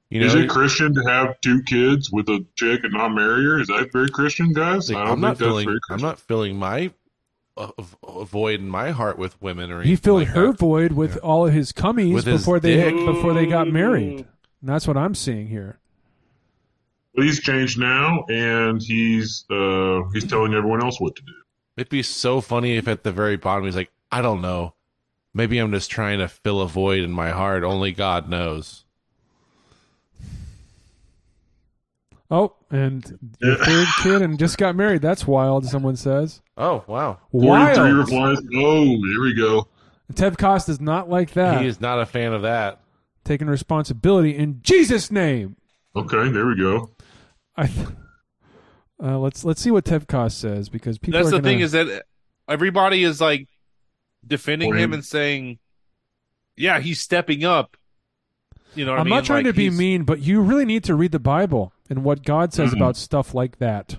You know,
Is it Christian to have two kids with a chick and not marry her? Is that very Christian, guys?
Like,
I don't
I'm not
think that's
filling.
very
I'm
Christian.
not filling my uh, v- void in my heart with women or anything.
He filled
like
her
that.
void with all of his cummies
With his
before they
dick.
before they got married. And that's what I'm seeing here.
But he's changed now, and he's uh, he's telling everyone else what to do.
It'd be so funny if at the very bottom he's like, I don't know. Maybe I'm just trying to fill a void in my heart. Only God knows.
Oh, and your third kid and just got married. That's wild, someone says.
Oh wow,
Forty-three
Wild.
replies. Oh, here we go.
Tev Koss does not like that.
he is not a fan of that.
taking responsibility in Jesus' name.
Okay, there we go.
I uh, let's let's see what Tev Koss says because people.
That's the
are gonna-
thing is that everybody is like defending
Blame.
him and saying, "Yeah, he's stepping up." You know, what I
I'm
mean?
not trying
Like,
to be
he's-
mean, but you really need to read the Bible and what God says
Mm-hmm.
about stuff like that.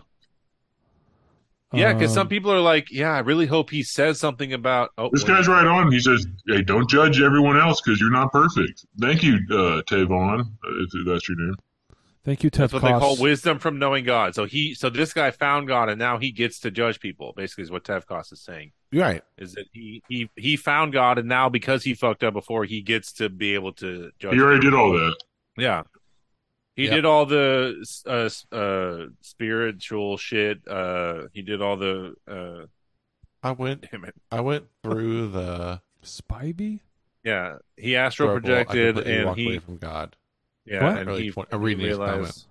Yeah, because some
Um,
people are like, yeah, I really hope he says something about. Oh,
This
wait.
guy's right on. He says, "Hey, don't judge everyone else because you're not perfect." Thank you, uh, Tavon. uh, If that's your name.
Thank you, Tef
That's what they call
Koss.
wisdom from knowing God. So he, so this guy found God, and now he gets to judge people. Basically, is what Tevkos is saying.
Right.
Is that he he he found God, and now because he fucked up before, he gets to be able to judge.
He already did all that.
Yeah. He
Yep.
did all the uh, s- uh, spiritual shit. Uh, he did all the uh,
I went.
damn it.
I went through the
Spivey?
Yeah, he astral
struggle. I
projected,
completely
and
walked away
he
from God
yeah,
What?
and
Early
he,
twen-
he
I'm reading his
realized.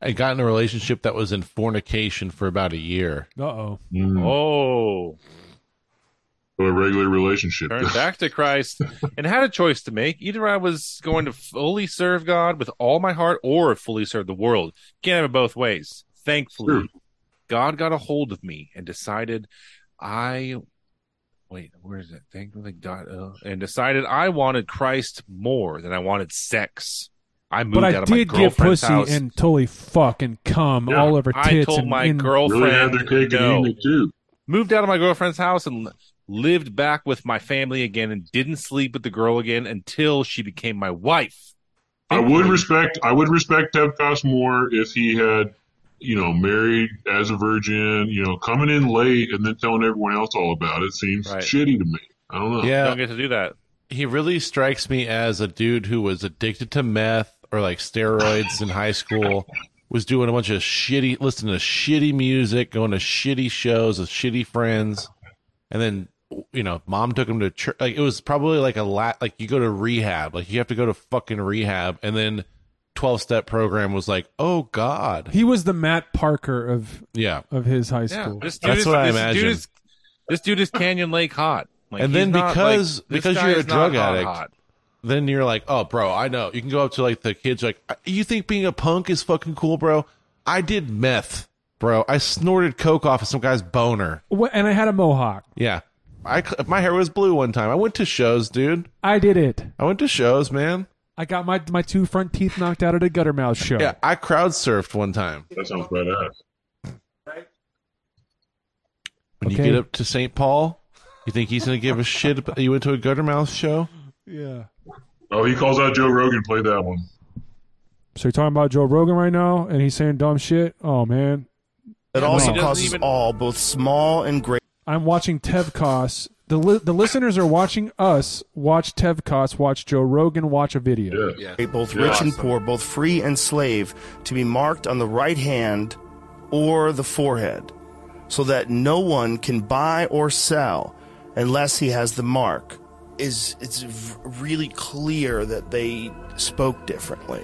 I got in a relationship that was in fornication for about a year.
Uh oh.
Oh,
So A regular relationship.
turned back to Christ and had a choice to make. Either I was going to fully serve God with all my heart or fully serve the world. Can't have it both ways. Thankfully, God got a hold of me and decided I wait, where is it? Thankfully, God uh, and decided I wanted Christ more than I wanted sex. I moved
But I
out of
did
my
get
girlfriend's
pussy
house.
and totally fucking cum
Yeah,
all over tits
I told
and
my
in-
girlfriend
really had their cake
no
and eating it too.
moved out of my girlfriend's house and lived back with my family again and didn't sleep with the girl again until she became my wife.
I would respect. I would respect Tevkos more if he had, you know, married as a virgin. You know, coming in late and then telling everyone else all about it seems
Right.
shitty to me. I don't know.
Don't get to do that.
he really strikes me as a dude who was addicted to meth or like steroids in high school was doing a bunch of shitty listening to shitty music going to shitty shows with shitty friends and then you know mom took him to church like it was probably like a lot like you go to rehab like you have to go to fucking rehab and then 12 step program was like oh god
He was the Matt Parker of,
yeah
of his high
Yeah,
school.
this dude
That's
is,
what I
this
imagine.
Dude is, this dude is Canyon Lake hot. Like,
And
he's
then
not,
because-
like, this
because
guy
you're a
is not
drug
hot,
addict,
hot.
then you're like, oh, bro, I know. You can go up to like the kids, like, you think being a punk is fucking cool, bro? I did meth, bro. I snorted coke off of some guy's boner.
Wha- and I had a mohawk.
Yeah, I cl- my hair was blue one time. I went to shows, dude.
I did it.
I went to shows, man.
I got my my two front teeth knocked out at a gutter mouth show.
Yeah, I crowd surfed one time.
That sounds badass.
When
Okay.
you get up to St. Paul, you think he's gonna give a shit? About- you went to a Guttermouth show?
Yeah.
Oh, he calls out Joe Rogan. Play that one.
So you're talking about Joe Rogan right now, and he's saying dumb shit. Oh man,
It
Yeah,
also
he doesn't
causes
even-
all, both small and great.
I'm watching Tevkos. The li- the listeners are watching us watch Tevkos, watch Joe Rogan, watch a video.
Yeah.
both rich and poor, both free and slave, to be marked on the right hand or the forehead, so that no one can buy or sell unless he has the mark. Is it's v- really clear that they spoke differently,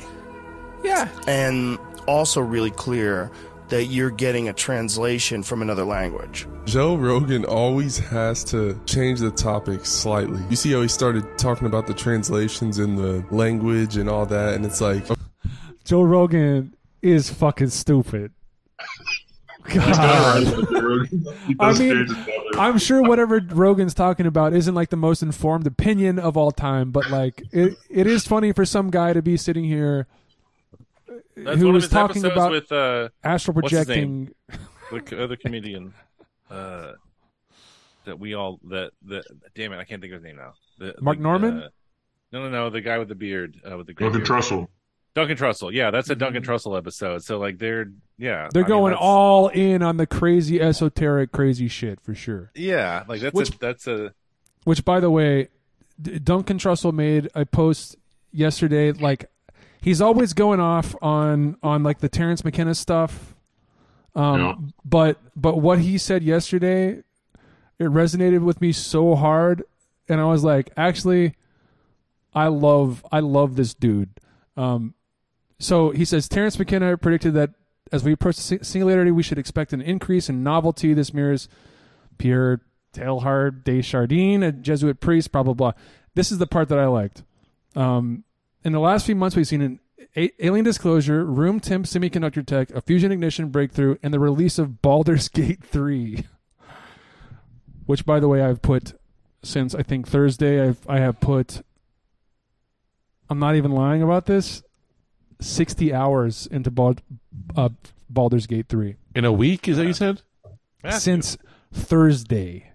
Yeah.
and also really clear that you're getting a translation from another language.
Joe Rogan always has to change the topic slightly. You see how he started talking about the translations and the language and all that, and it's like,
Joe Rogan is fucking stupid. God.
He
I
does
mean,
change his topic.
I'm sure whatever Rogan's talking about isn't like the most informed opinion of all time, but like it, it is funny for some guy to be sitting here
That's
who
one of
was
his
talking
episodes
about
with uh,
astral
what's his
projecting.
the c- other comedian uh, that we all that the damn it, I can't think of his name now. The,
Mark
the,
Norman?
uh, no, no, no, the guy with the beard uh, with the gray
Duncan
beard.
Trussell.
Duncan Trussell. Yeah, that's a Duncan Trussell episode. So like they're yeah
Mm-hmm. They're
I mean,
going
that's-
all in on the crazy esoteric crazy shit for sure.
yeah like that's
Which-
a, that's a
Which by the way, D- Duncan Trussell made a post yesterday like he's always going off on on like the Terrence McKenna stuff. Um
Yeah.
but but what he said yesterday it resonated with me so hard and I was like, actually I love I love this dude. Um so he says Terrence McKenna predicted that as we approach the si- singularity, we should expect an increase in novelty. This mirrors Pierre Teilhard de Chardin, a Jesuit priest, blah, blah, blah. This is the part that I liked. Um, in the last few months, we've seen an a- alien disclosure, room temp semiconductor tech, a fusion ignition breakthrough, and the release of Baldur's Gate 3, which, by the way, I've put since I think Thursday, I've, I have put I'm not even lying about this. 60 hours into Bald, uh, Baldur's Gate 3
In a week, is that what you said?
Matthew.
since Thursday.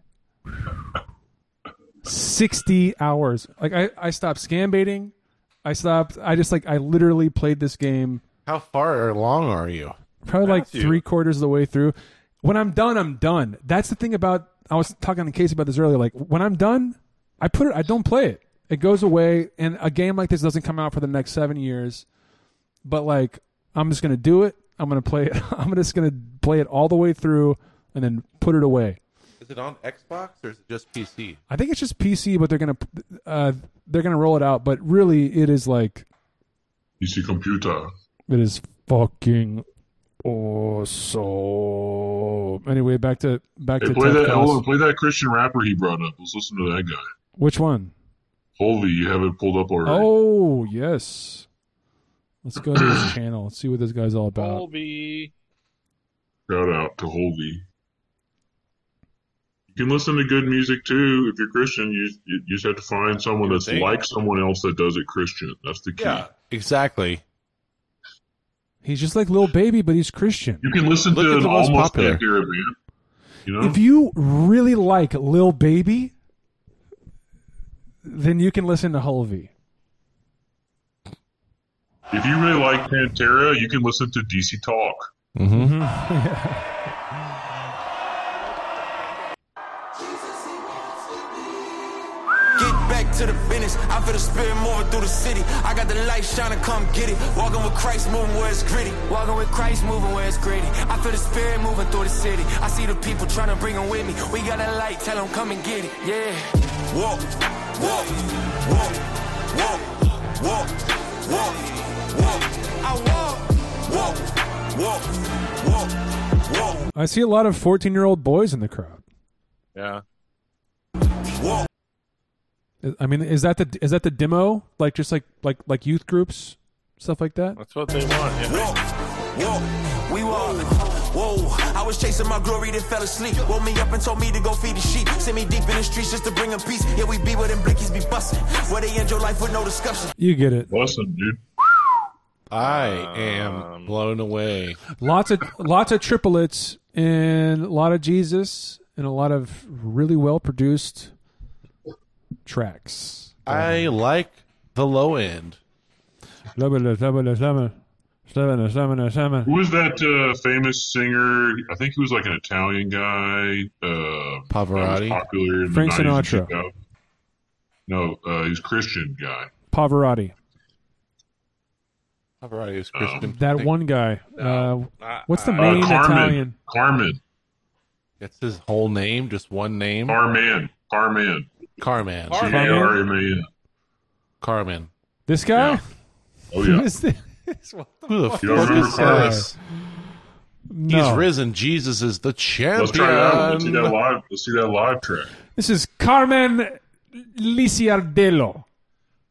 60 hours. Like I, I stopped scam baiting. I stopped I just like I literally played this game
How far or long are you?
probably like
Matthew.
three quarters of the way through. When I'm done, I'm done. That's the thing about I was talking to Casey about this earlier. Like when I'm done, I put it. I don't play it. It goes away. And a game like this doesn't come out for the next seven years. But like I'm just gonna do it. I'm gonna play it. I'm just gonna play it all the way through and then put it away.
Is it on Xbox or is it just PC?
I think it's just PC, but they're gonna uh, they're gonna roll it out. But really, it is like
You see computer.
It is fucking awesome. Anyway, back to back
Hey,
to
play
Ted
that
Cross.
Ellen, play that Christian rapper he brought up. Let's listen to that guy.
Which one?
Holy, you have it pulled up already.
Oh yes. Let's go to his channel. Let's see what this guy's all about.
Oh.
Colby.
Shout out to Holy. You can listen to good music too. If you're Christian, you you you just have to find someone that's
Thank-
like someone else that does it Christian. That's the key.
Yeah, exactly.
He's just like little baby, but he's Christian.
You can listen
Look
to
at
an
the most
almost
popular.
accurate man. You know,
If you really like Lil Baby, then you can listen to Hulvey.
if you really like Pantera, you can listen to DC Talk.
Get back to the business. I feel the spirit moving through the city. I got the light shining, come get it. Walking with Christ, moving where it's gritty. Walking with Christ, moving where it's gritty. I feel the spirit moving through the city. I see the people trying to bring 'em with me. We got a light, tell 'em come and get it. Yeah. Walk, walk, walk, walk, walk, walk, walk. I walk, walk, walk, walk, walk,
I see a lot of fourteen-year-old boys in the crowd.
Yeah.
walk.
I mean, is that the is that the demo? Like just like like like youth groups, stuff like that.
That's what they want. Yeah.
Walk, walk, we walk. Whoa, I was chasing my glory that fell asleep. Woke me up and told me to go feed the sheep. Sent me deep in the streets just to bring 'em peace. Yeah, we be where them blickies be busting. Where they end your life with no discussion.
You get it.
Listen, dude.
I am blown away.
lots of lots of triplets and a lot of Jesus and a lot of really well produced tracks.
I like the low end.
Who was that uh, famous singer? I think he was like an Italian guy. Uh, that was
Pavarotti.
popular in
Frank
the 90s and
Sinatra.
2000s. No, uh, he's a Christian guy.
Pavarotti,
Pavarotti is
Um,
Christian.
that one guy. Uh,
I-
what's the
I-
Uh,
main
Carmen.
Italian?
Carmen.
That's his whole name, just one name.
Carman. Carman.
Carman.
Carman.
C-A-R-M-A-N.
Carmen.
This guy?
Yeah. Oh, yeah.
This thing-
Who the
You don't
fuck
remember
is
Carmen?
this?
no.
He's risen. Jesus is the
Let's try that out. Let's see that
champion.
live. Let's see that live track.
This is Carmen Lisiardello,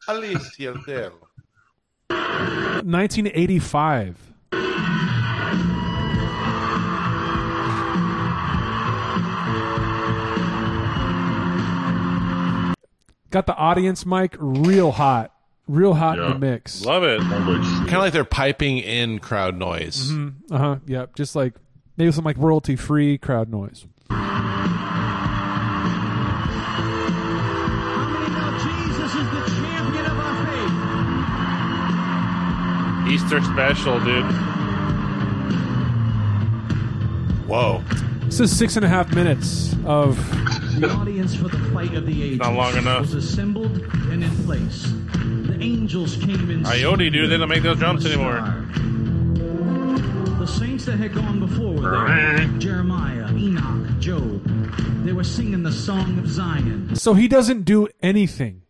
Alicia Del.
1985. Got the audience mic real hot, real hot in
Yeah.
the mix.
Love it.
Sounds
Kind of
like
like they're piping in crowd noise.
Uh huh. Yep. Just like maybe some like royalty free crowd noise.
Easter special, dude.
Whoa.
This is six and a half minutes of
The audience for the fight of the ages
Not long enough.
was assembled and in place. The angels came in.
Coyote, dude. They don't make those jumps
the
anymore.
star. The saints that had gone before were there.
shit.
Jeremiah, Enoch, Job. They were singing the song of Zion.
so he doesn't do anything.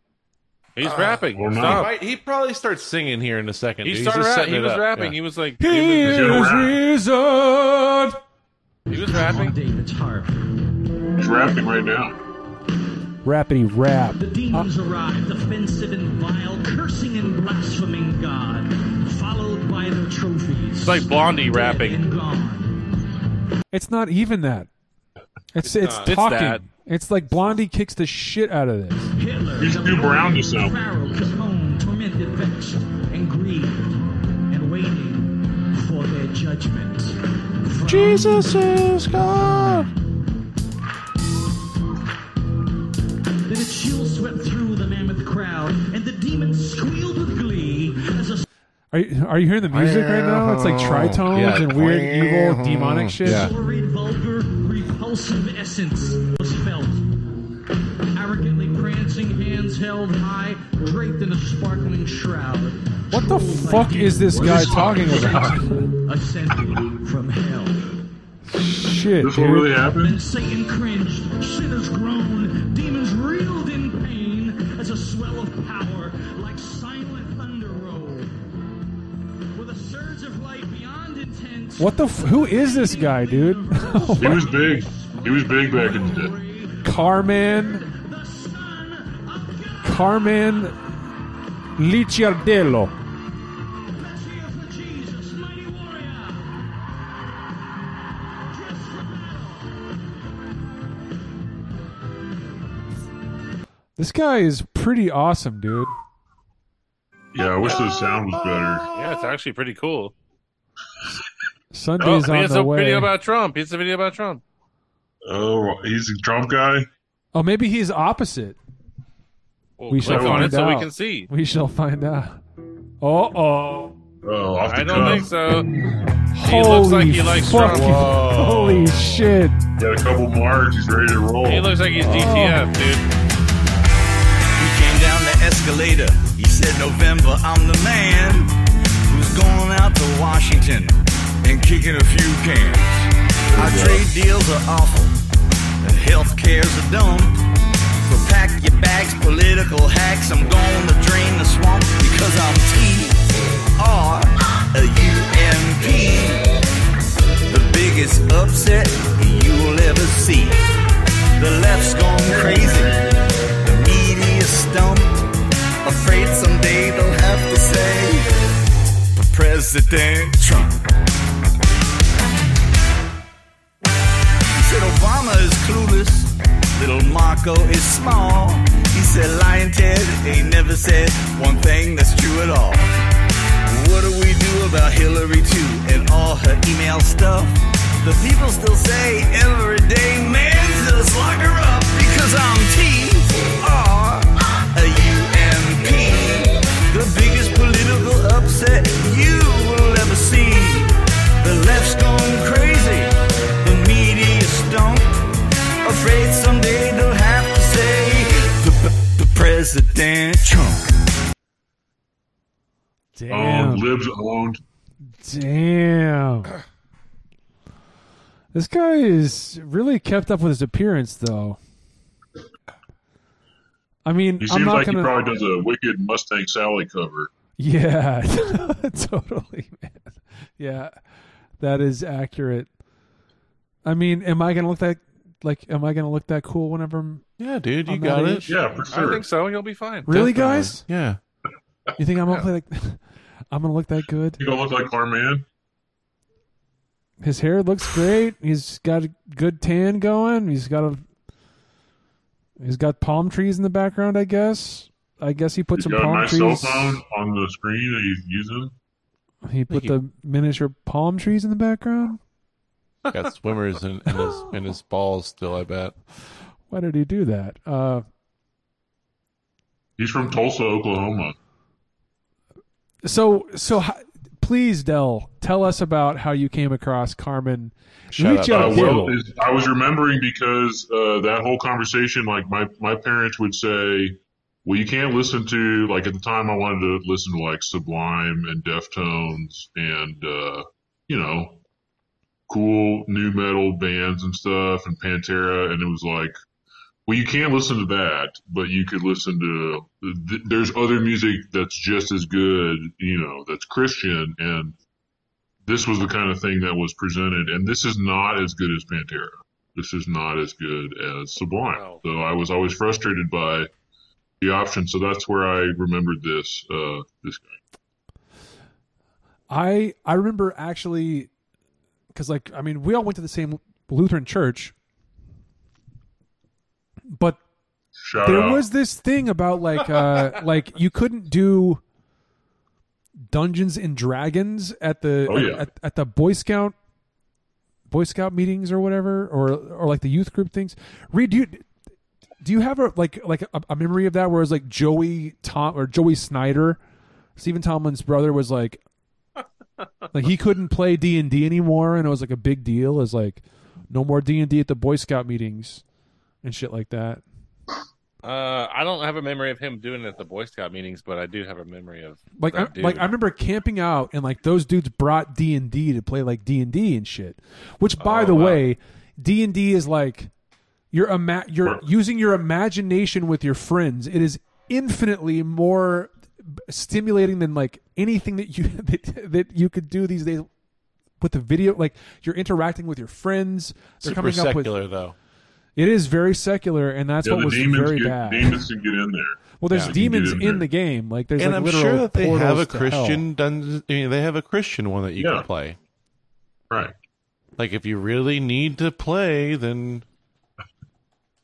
He's rapping.
or not.
Stop.
Right, he probably starts singing here in a second.
He
dude. He's
started
just
rapping.
setting
He
it
was
up.
rapping. He was
Yeah.
like,
Here
He's gonna
is reason.
he was
On
rapping.
David's harp.
He's rapping right now.
Rappity rap.
The demons arrived, offensive and vile, cursing and blaspheming God, followed by their trophies.
It's like Blondie
Dead
rapping.
and gone.
It's not even that. It's it's,
It's
talking. It's,
that.
like Blondie kicks the shit out of this.
Hitler,
He's too brown to sound.
Pharaoh, Capone, tormented
Jesus is God.
Then a chill swept through the mammoth crowd, and the demon squealed with glee as a
Are you, are you hearing the music right now? It's like tritones
Yeah.
and weird, evil, demonic shit.
Yeah.
sordid, vulgar, repulsive essence was felt. Arrogantly prancing, hands held high, draped in a sparkling shroud.
What the
Trolled by
fuck is this guy
demons,
talking about?
Ascended from hell.
Shit,
This
dude.
what really happened?
Then Satan cringed, sinners groaned, demons reeled in pain as a swell of power, like silent thunder rolled. With a surge of light beyond intent.
What the? F- who is this guy, dude?
He was big. He was big back in the day.
Carmen,
The Son of God!
Carmen Licciardello.
Let's hear for Jesus, mighty warrior! Dressed for battle!
This guy is pretty awesome, dude.
Yeah, I wish the sound was better.
Yeah, it's actually pretty cool.
Sunday's
oh,
on
here's
the
a
way.
video about Trump. Here's a video about Trump.
Oh, he's a Trump guy.
oh, maybe he's opposite.
Well,
We
click
shall
on
find
it so we
out.
can see.
We shall find out. Oh, oh.
Oh, off the
I don't
cuff.
think so. He
Holy
looks like he likes
fuck.
Trump.
Holy shit.
Got a couple marks. He's ready to roll.
He looks like he's DTF, dude.
We came down the escalator. He said, November, I'm the man who's going out to Washington and kicking a few cans. Our trade deals are awful, and health care's a dump. So pack your bags, political hacks. I'm going to drain the swamp because I'm T R a U M P. The biggest upset you'll ever see. The left's gone crazy. The media stumped. Afraid someday they'll have to say, President Trump. He said Obama is clueless. Little Marco is small. He said Lion Ted ain't never said one thing that's true at all. What do we do about Hillary too and all her email stuff? The people still say every day, man, just lock her up because I'm T R a U M P, the biggest political upset you will ever see. The left's gone crazy, the media stumped, afraid someday they'll have to say the, the, the President Trump.
Oh,
Owned,
Damn.
libs Um, owned.
Damn. This guy is really kept up with his appearance, though. I mean,
He
I'm
seems
not
like
gonna.
he probably does a wicked Mustang Sally cover.
Yeah, totally, man. Yeah, that is accurate. I mean, am I gonna look that like? Am I gonna look that cool whenever? I'm
Yeah, dude, you
I'm
got
not
it.
age.
Yeah, for
I
sure.
think so. You'll be fine.
Really,
Definitely.
guys?
Yeah.
You think I'm gonna play like? I'm gonna look that good.
You gonna look like Carman?
His hair looks great. He's got a good tan going. He's got a. He's got palm trees in the background. I guess. I guess he put
He's
some
got a
palm
nice cell
trees.
phone on the screen that he's using.
He put the miniature palm trees in the background.
Got swimmers in, in his in his balls still, I bet.
Why did he do that? Uh,
He's from Tulsa, Oklahoma.
So, so h- please, Dell, tell us about how you came across Carmen.
Shout
Reach
out
out
Uh,
to
Dell.
well, is- I was remembering because uh, that whole conversation, like my, my parents would say, well, you can't listen to, like at the time I wanted to listen to like Sublime and Deftones and, uh, you know, cool new metal bands and stuff and Pantera. And it was like, well, you can't listen to that, but you could listen to, th- there's other music that's just as good, you know, that's Christian and this was the kind of thing that was presented, and this is not as good as Pantera. This is not as good as Sublime.
Wow.
So I was always frustrated by the option. So that's where I remembered this. Uh, this guy.
I I remember actually, because like I mean, we all went to the same Lutheran church, but
Shout
there
out.
was this thing about like uh like you couldn't do Dungeons and Dragons at the
Oh,
at,
yeah.
at, at the Boy Scout Boy Scout meetings or whatever, or or like the youth group things. Reed, do you do you have a like like a, a memory of that where it was like Joey Tom or Joey Snyder, Stephen Tomlin's brother, was like like he couldn't play D and D anymore, and it was like a big deal. Is like no more D and D at the Boy Scout meetings and shit like that.
Uh, I don't have a memory of him doing it at the Boy Scout meetings, but I do have a memory of
Like I,
that dude.
like I remember camping out and like those dudes brought D and D to play like D and D and shit. Which by
Oh,
the
wow.
way, D and D is like you're ima- you're using your imagination with your friends. It is infinitely more b- stimulating than like anything that you that, that you could do these days with the video. Like you're interacting with your friends. They're
Super
coming up with
secular though.
it is very secular, and that's
Yeah,
what
the
was
demons
very
get,
bad.
demons can get in there.
Well, there's
Yeah.
demons
Get in
in
there.
the game. Like there's
and
like
I'm
literal
sure that they have
portals
a
to
Christian dungeon. I mean, they have a Christian one that you
Yeah.
can play.
Right.
Like if you really need to play, then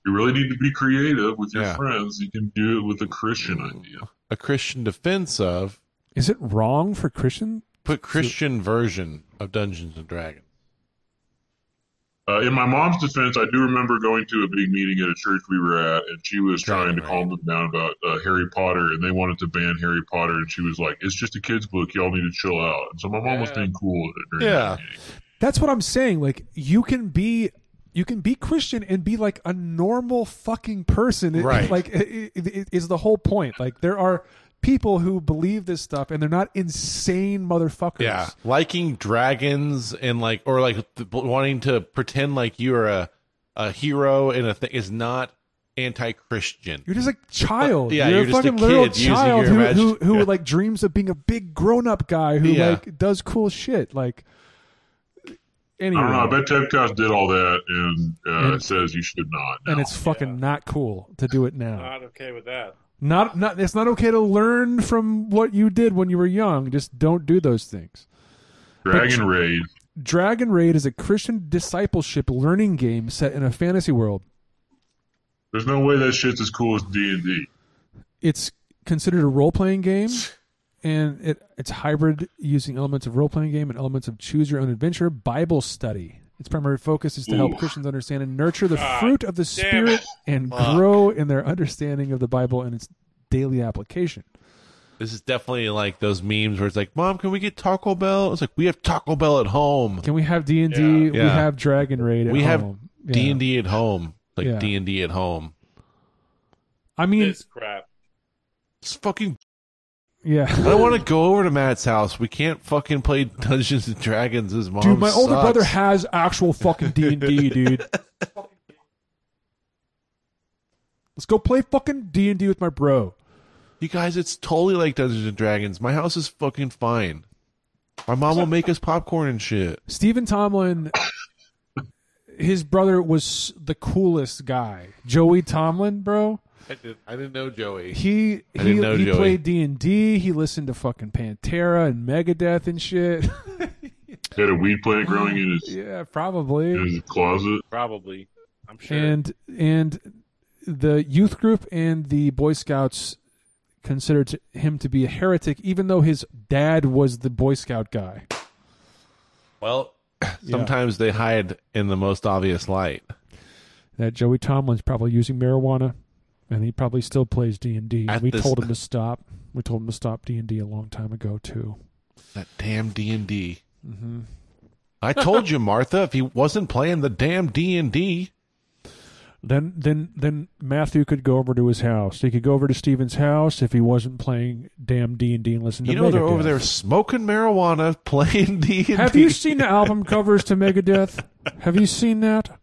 You really need to be creative with your
Yeah.
friends. You can do it with a Christian idea.
a Christian defense of
hell. Is it wrong for Christian?
put Christian version of Dungeons and Dragons.
Uh, in my mom's defense, I do remember going to a big meeting at a church we were at, and she was trying to calm them down about uh, Harry Potter, and they wanted to ban Harry Potter, and she was like, "It's just a kids' book. Y'all need to chill out." And so my mom was being cool. During
Yeah.
that meeting.
That's what I'm saying. Like you can be, you can be Christian and be like a normal fucking person. It-
Right.
Like it, it, it is the whole point. Like there are people who believe this stuff and they're not insane motherfuckers.
Yeah, liking dragons and like or like th- wanting to pretend like you're a a hero and a thing is not anti-Christian.
You're just a child.
Yeah,
you're,
you're
a
just a
fucking little
kid using your
child who, who,
imagin-
who
Yeah.
like dreams of being a big grown up guy who
Yeah.
like does cool shit. Like anyway,
I don't know. I bet Ted Koss did all that and, uh,
And-
says you should not.
and
now.
it's fucking not cool to do it now.
Not okay with that.
Not not it's not okay to learn from what you did when you were young. Just don't do those things.
Dragon Raid.
Dragon Raid is a Christian discipleship learning game set in a fantasy world.
There's no way that shit's as cool as D and D.
It's considered a role playing game and it it's hybrid using elements of role playing game and elements of choose your own adventure Bible study. Its primary focus is to help
Ooh.
Christians understand and nurture the
God
fruit of the
damn it.
spirit and grow in their understanding of the Bible and its daily application.
This is definitely like those memes where it's like, "Mom, can we get Taco Bell?" It's like we have Taco Bell at home.
Can we have D and D? We
Yeah.
have Dragon Raid. At
We have
home. Yeah.
D and D at home.
Yeah.
Like D and D at home.
I mean,
This crap.
It's fucking. I
yeah.
don't want to go over to Matt's house. We can't fucking play Dungeons and Dragons. His mom.
Dude, my older
sucks.
brother has actual fucking D and D, dude. Let's go play fucking D and D with my bro.
you guys, it's totally like Dungeons and Dragons. My house is fucking fine. My mom will make us popcorn and shit.
Stephen Tomlin, his brother was the coolest guy. Joey Tomlin, bro.
I, did, not know Joey.
He
I didn't
he,
know
he
Joey.
played D and D. He listened to fucking Pantera and Megadeth and shit.
He had a weed plant growing in his,
yeah, probably.
in his closet.
Probably. I'm sure.
and and the youth group and the boy scouts considered t- him to be a heretic even though his dad was the boy scout guy
Well, sometimes they hide in the most obvious light.
that joey tomlin's probably using marijuana and he probably still plays d&d
At
we
this-
told him to stop we told him to stop d&d a long time ago too
That damn D and D.
Mm-hmm.
I told you, Martha, if he wasn't playing the damn D and D,
then then then matthew could go over to his house he could go over to steven's house if he wasn't playing damn d&d and listen
you
to
know they're over
Megadeth.
there smoking marijuana, playing D and
have you seen the album covers to megadeth have you seen that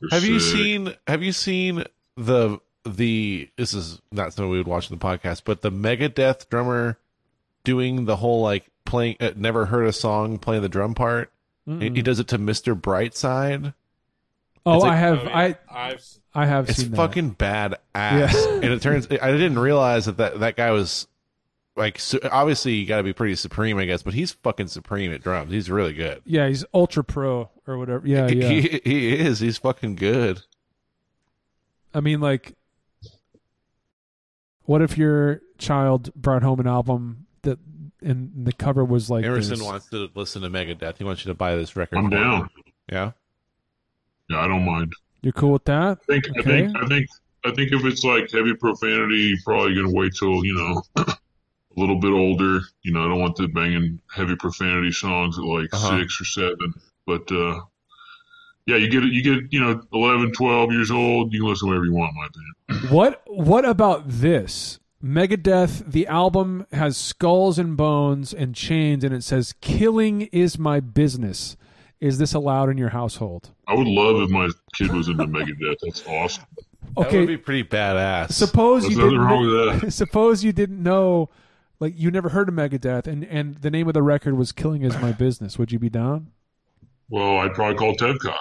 They're
Have you
sick.
seen? Have you seen the the? This is not something we would watch in the podcast, but the Megadeth drummer doing the whole like playing. Uh, never heard a song playing the drum part. He, he does it to Mister Brightside.
Oh,
It's like-
I have,
I, have
I, I have
It's
seen that.
fucking badass.
Yeah.
and it turns. I didn't realize that that, that guy was like. Su- obviously, you got to be pretty supreme, I guess. But he's fucking supreme at drums. He's really good.
Yeah, he's ultra pro or whatever. Yeah, Uh, yeah.
He, he is. He's fucking good.
I mean, like, what if your child brought home an album that and the cover was like
Emerson
this?
wants to listen to Megadeth. He wants you to buy this record.
I'm
for him.
down.
Yeah.
Yeah, I don't mind.
You're cool with that?
I think, I
Okay.
think, I think, I think if it's like heavy profanity, you're probably gonna wait till you know a little bit older. You know, I don't want the banging heavy profanity songs at like
Uh-huh.
six or seven. But uh, yeah, you get you get you know 11, 12 years old. You can listen to whatever you want, in my opinion.
What What about this? Megadeth. The album has skulls and bones and chains, and it says "Killing is my business." Is this allowed in your household?
I would love if my kid was into Megadeth. That's awesome.
That would
Okay,
be pretty badass.
suppose
There's
you didn't.
nothing wrong with that.
suppose you didn't know, like you never heard of Megadeth, and and the name of the record was "Killing is my business." Would you be down?
Well, I'd probably call Tevkos,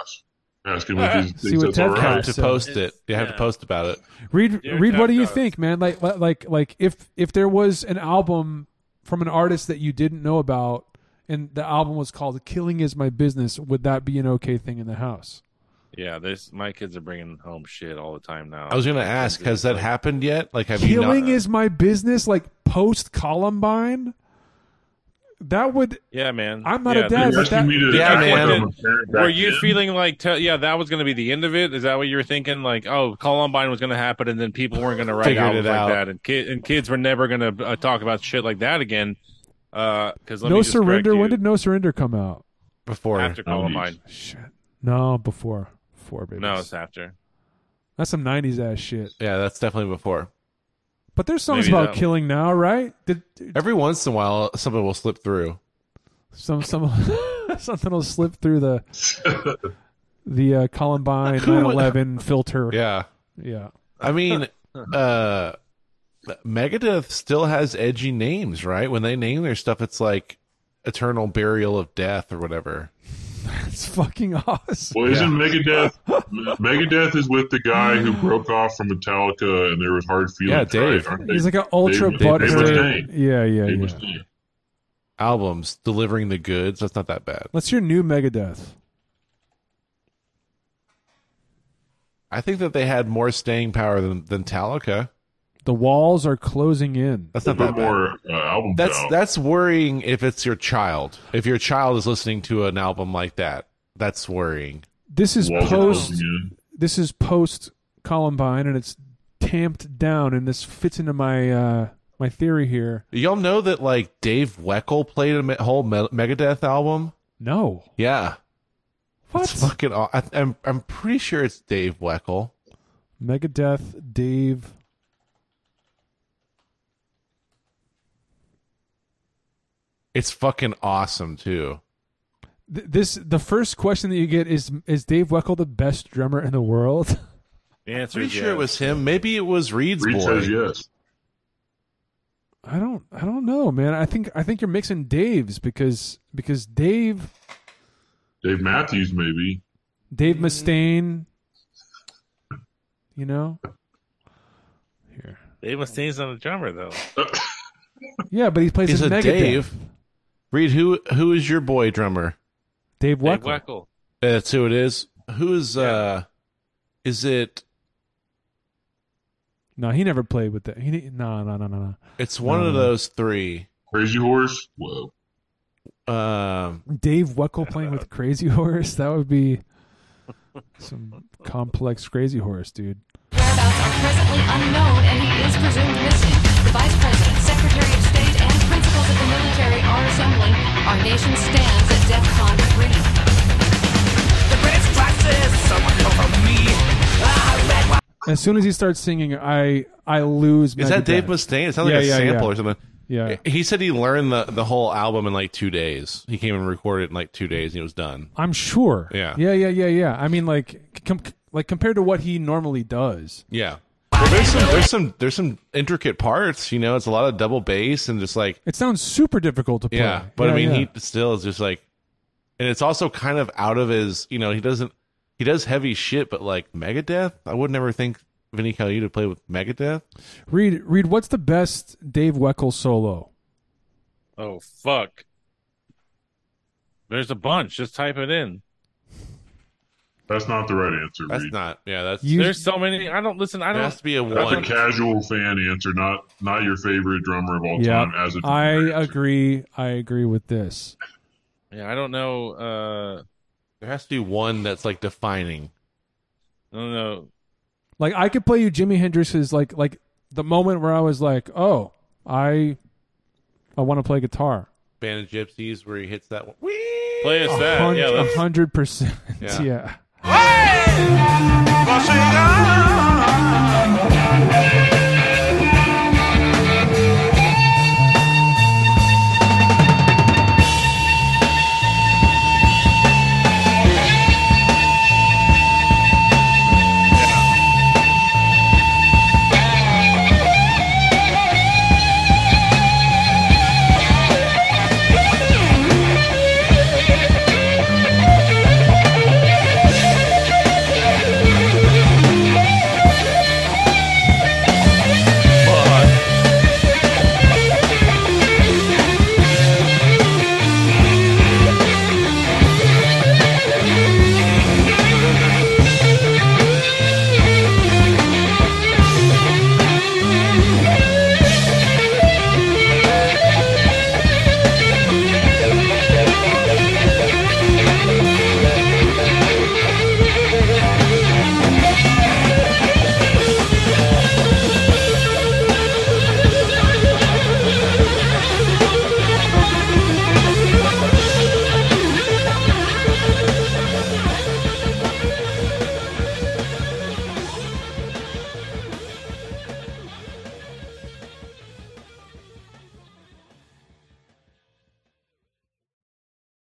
ask him if he
Ah, See
thinks
what
that's
Tevkos-
all
you
right.
have to
So-
post it. You have to
yeah.
post about it.
Read,
Dear
read. What do you
Tacos.
think, man? Like, li- like, like, if if there was an album from an artist that you didn't know about, and the album was called "Killing Is My Business," would that be an okay thing in the house?
Yeah, this my kids are bringing home shit all the time now.
I was gonna ask, has that happened yet? Like, have you
"Killing
not?
Is My Business," like post Columbine. That would
yeah, man.
I'm not
Yeah,
a dad,
they're-
You're
but that,
asking me to
Yeah,
act like
man.
I'm a parent back
Were you
then?
feeling like, te- yeah, that was going to be the end of it? Is that what you were thinking? Like, oh, Columbine was going to happen, and then people weren't going to write
Figured
albums
it
like
out.
that, and, ki- and kids were never going to uh, talk about shit like that again. Uh, Because
no surrender. When did No Surrender come out?
before?
after Columbine?
Shit. No, before, before babies.
No, it's after.
that's some '90s ass shit.
Yeah, that's definitely before.
But there's songs
Maybe
about
that-
killing now, right? Did
Every once in a while, something will slip through.
some some something will slip through the the uh, Columbine 9/11 filter.
Yeah.
Yeah.
I mean, uh, Megadeth still has edgy names, right? When they name their stuff, it's like Eternal Burial of Death or whatever.
it's fucking awesome.
Well, isn't Megadeth? Megadeth is with the guy who broke off from Metallica, and there was hard feelings.
Yeah, Dave.
Right? Aren't
He's
they-
like an ultra
Dave- Dave
butthurt.
Mustaine.
Yeah, yeah,
Dave
yeah.
Mustaine.
Albums, delivering the goods. That's not that bad.
Let's hear new Megadeth.
I think that they had more staying power than than Talica.
The walls are closing in.
That's
A
not that
bit
bad.
more uh, albums
That's
out.
that's worrying if it's your child. If your child is listening to an album like that, that's worrying.
This is
Walls are
post.
closing in.
This is post Columbine, and it's tamped down. And this fits into my uh, my theory here.
Y'all know that like Dave Weckl played a me- whole Me- Megadeth album.
No,
Yeah,
what?
It's fucking. aw- I, I'm I'm pretty sure it's Dave Weckl.
Megadeth, Dave.
It's fucking awesome too.
Th- This the first question that you get is is Dave Weckl the best drummer in the world?
The answer
Pretty
is
sure it
yes.
was him. Maybe it was Reed's
Reed
boy.
says yes.
I don't I don't know, man. I think I think you're mixing Daves because because Dave
Dave Matthews, maybe.
Dave Mustaine you know? Here.
Dave Mustaine's not a drummer though.
Yeah, but he plays
He's
in
a
Megadeth.
Dave. Reed, who who is your boy drummer?
Dave
Dave
Weckl.
Weckl.
That's who it is. Who's uh? Is it?
No, he never played with that. He didn't- no, no, no, no, no.
It's one of
No.
those three.
Crazy Horse. Whoa.
Um,
Dave Weckl playing with Crazy Horse. That would be some complex Crazy Horse, dude.
Whereabouts are presently unknown, and he is presumed missing. The Vice President, Secretary of State, and principals of the military are assembling. Our nation stands at DEFCON 3.
The British crisis, someone cover me. I read what
As soon as he starts singing, I I lose.
is that
Megadeth.
Dave Mustaine? It sounds
Yeah,
like a
yeah,
sample
yeah.
or something.
Yeah,
He said he learned the the whole album in like two days. He came and recorded it in like two days, and it was done.
I'm sure.
Yeah.
yeah, yeah, yeah, yeah. I mean, like, com- like compared to what he normally does,
Yeah. Well, there's some there's some there's some intricate parts, you know, it's a lot of double bass and just like
it sounds super difficult to play.
yeah. But I
Yeah,
mean
yeah.
he still is just like and it's also kind of out of his you know, he doesn't he does heavy shit, but like Megadeth, I would never think Vinny Calu to play with Megadeth.
read read what's the best Dave Weckl solo?
Oh fuck. There's a bunch. Just type it in.
That's not the right answer,
That's
Reed.
not yeah, that's
You-
There's so many. I don't listen. I
there
don't.
has to be a
That's a
one.
casual fan answer, not not your favorite drummer of all
Yeah,
time. As a
I
drummer answer.
agree. I agree with this.
Yeah, I don't know. Uh,
There has to be one that's like defining.
I don't know.
Like I could play you Jimi Hendrix's like like the moment where I was like, oh, I I want to play guitar.
Band of Gypsies, where he hits that one.
Play us that. Yeah,
Hundred-
let's
a hundred percent.
Yeah.
Yeah.
Hey!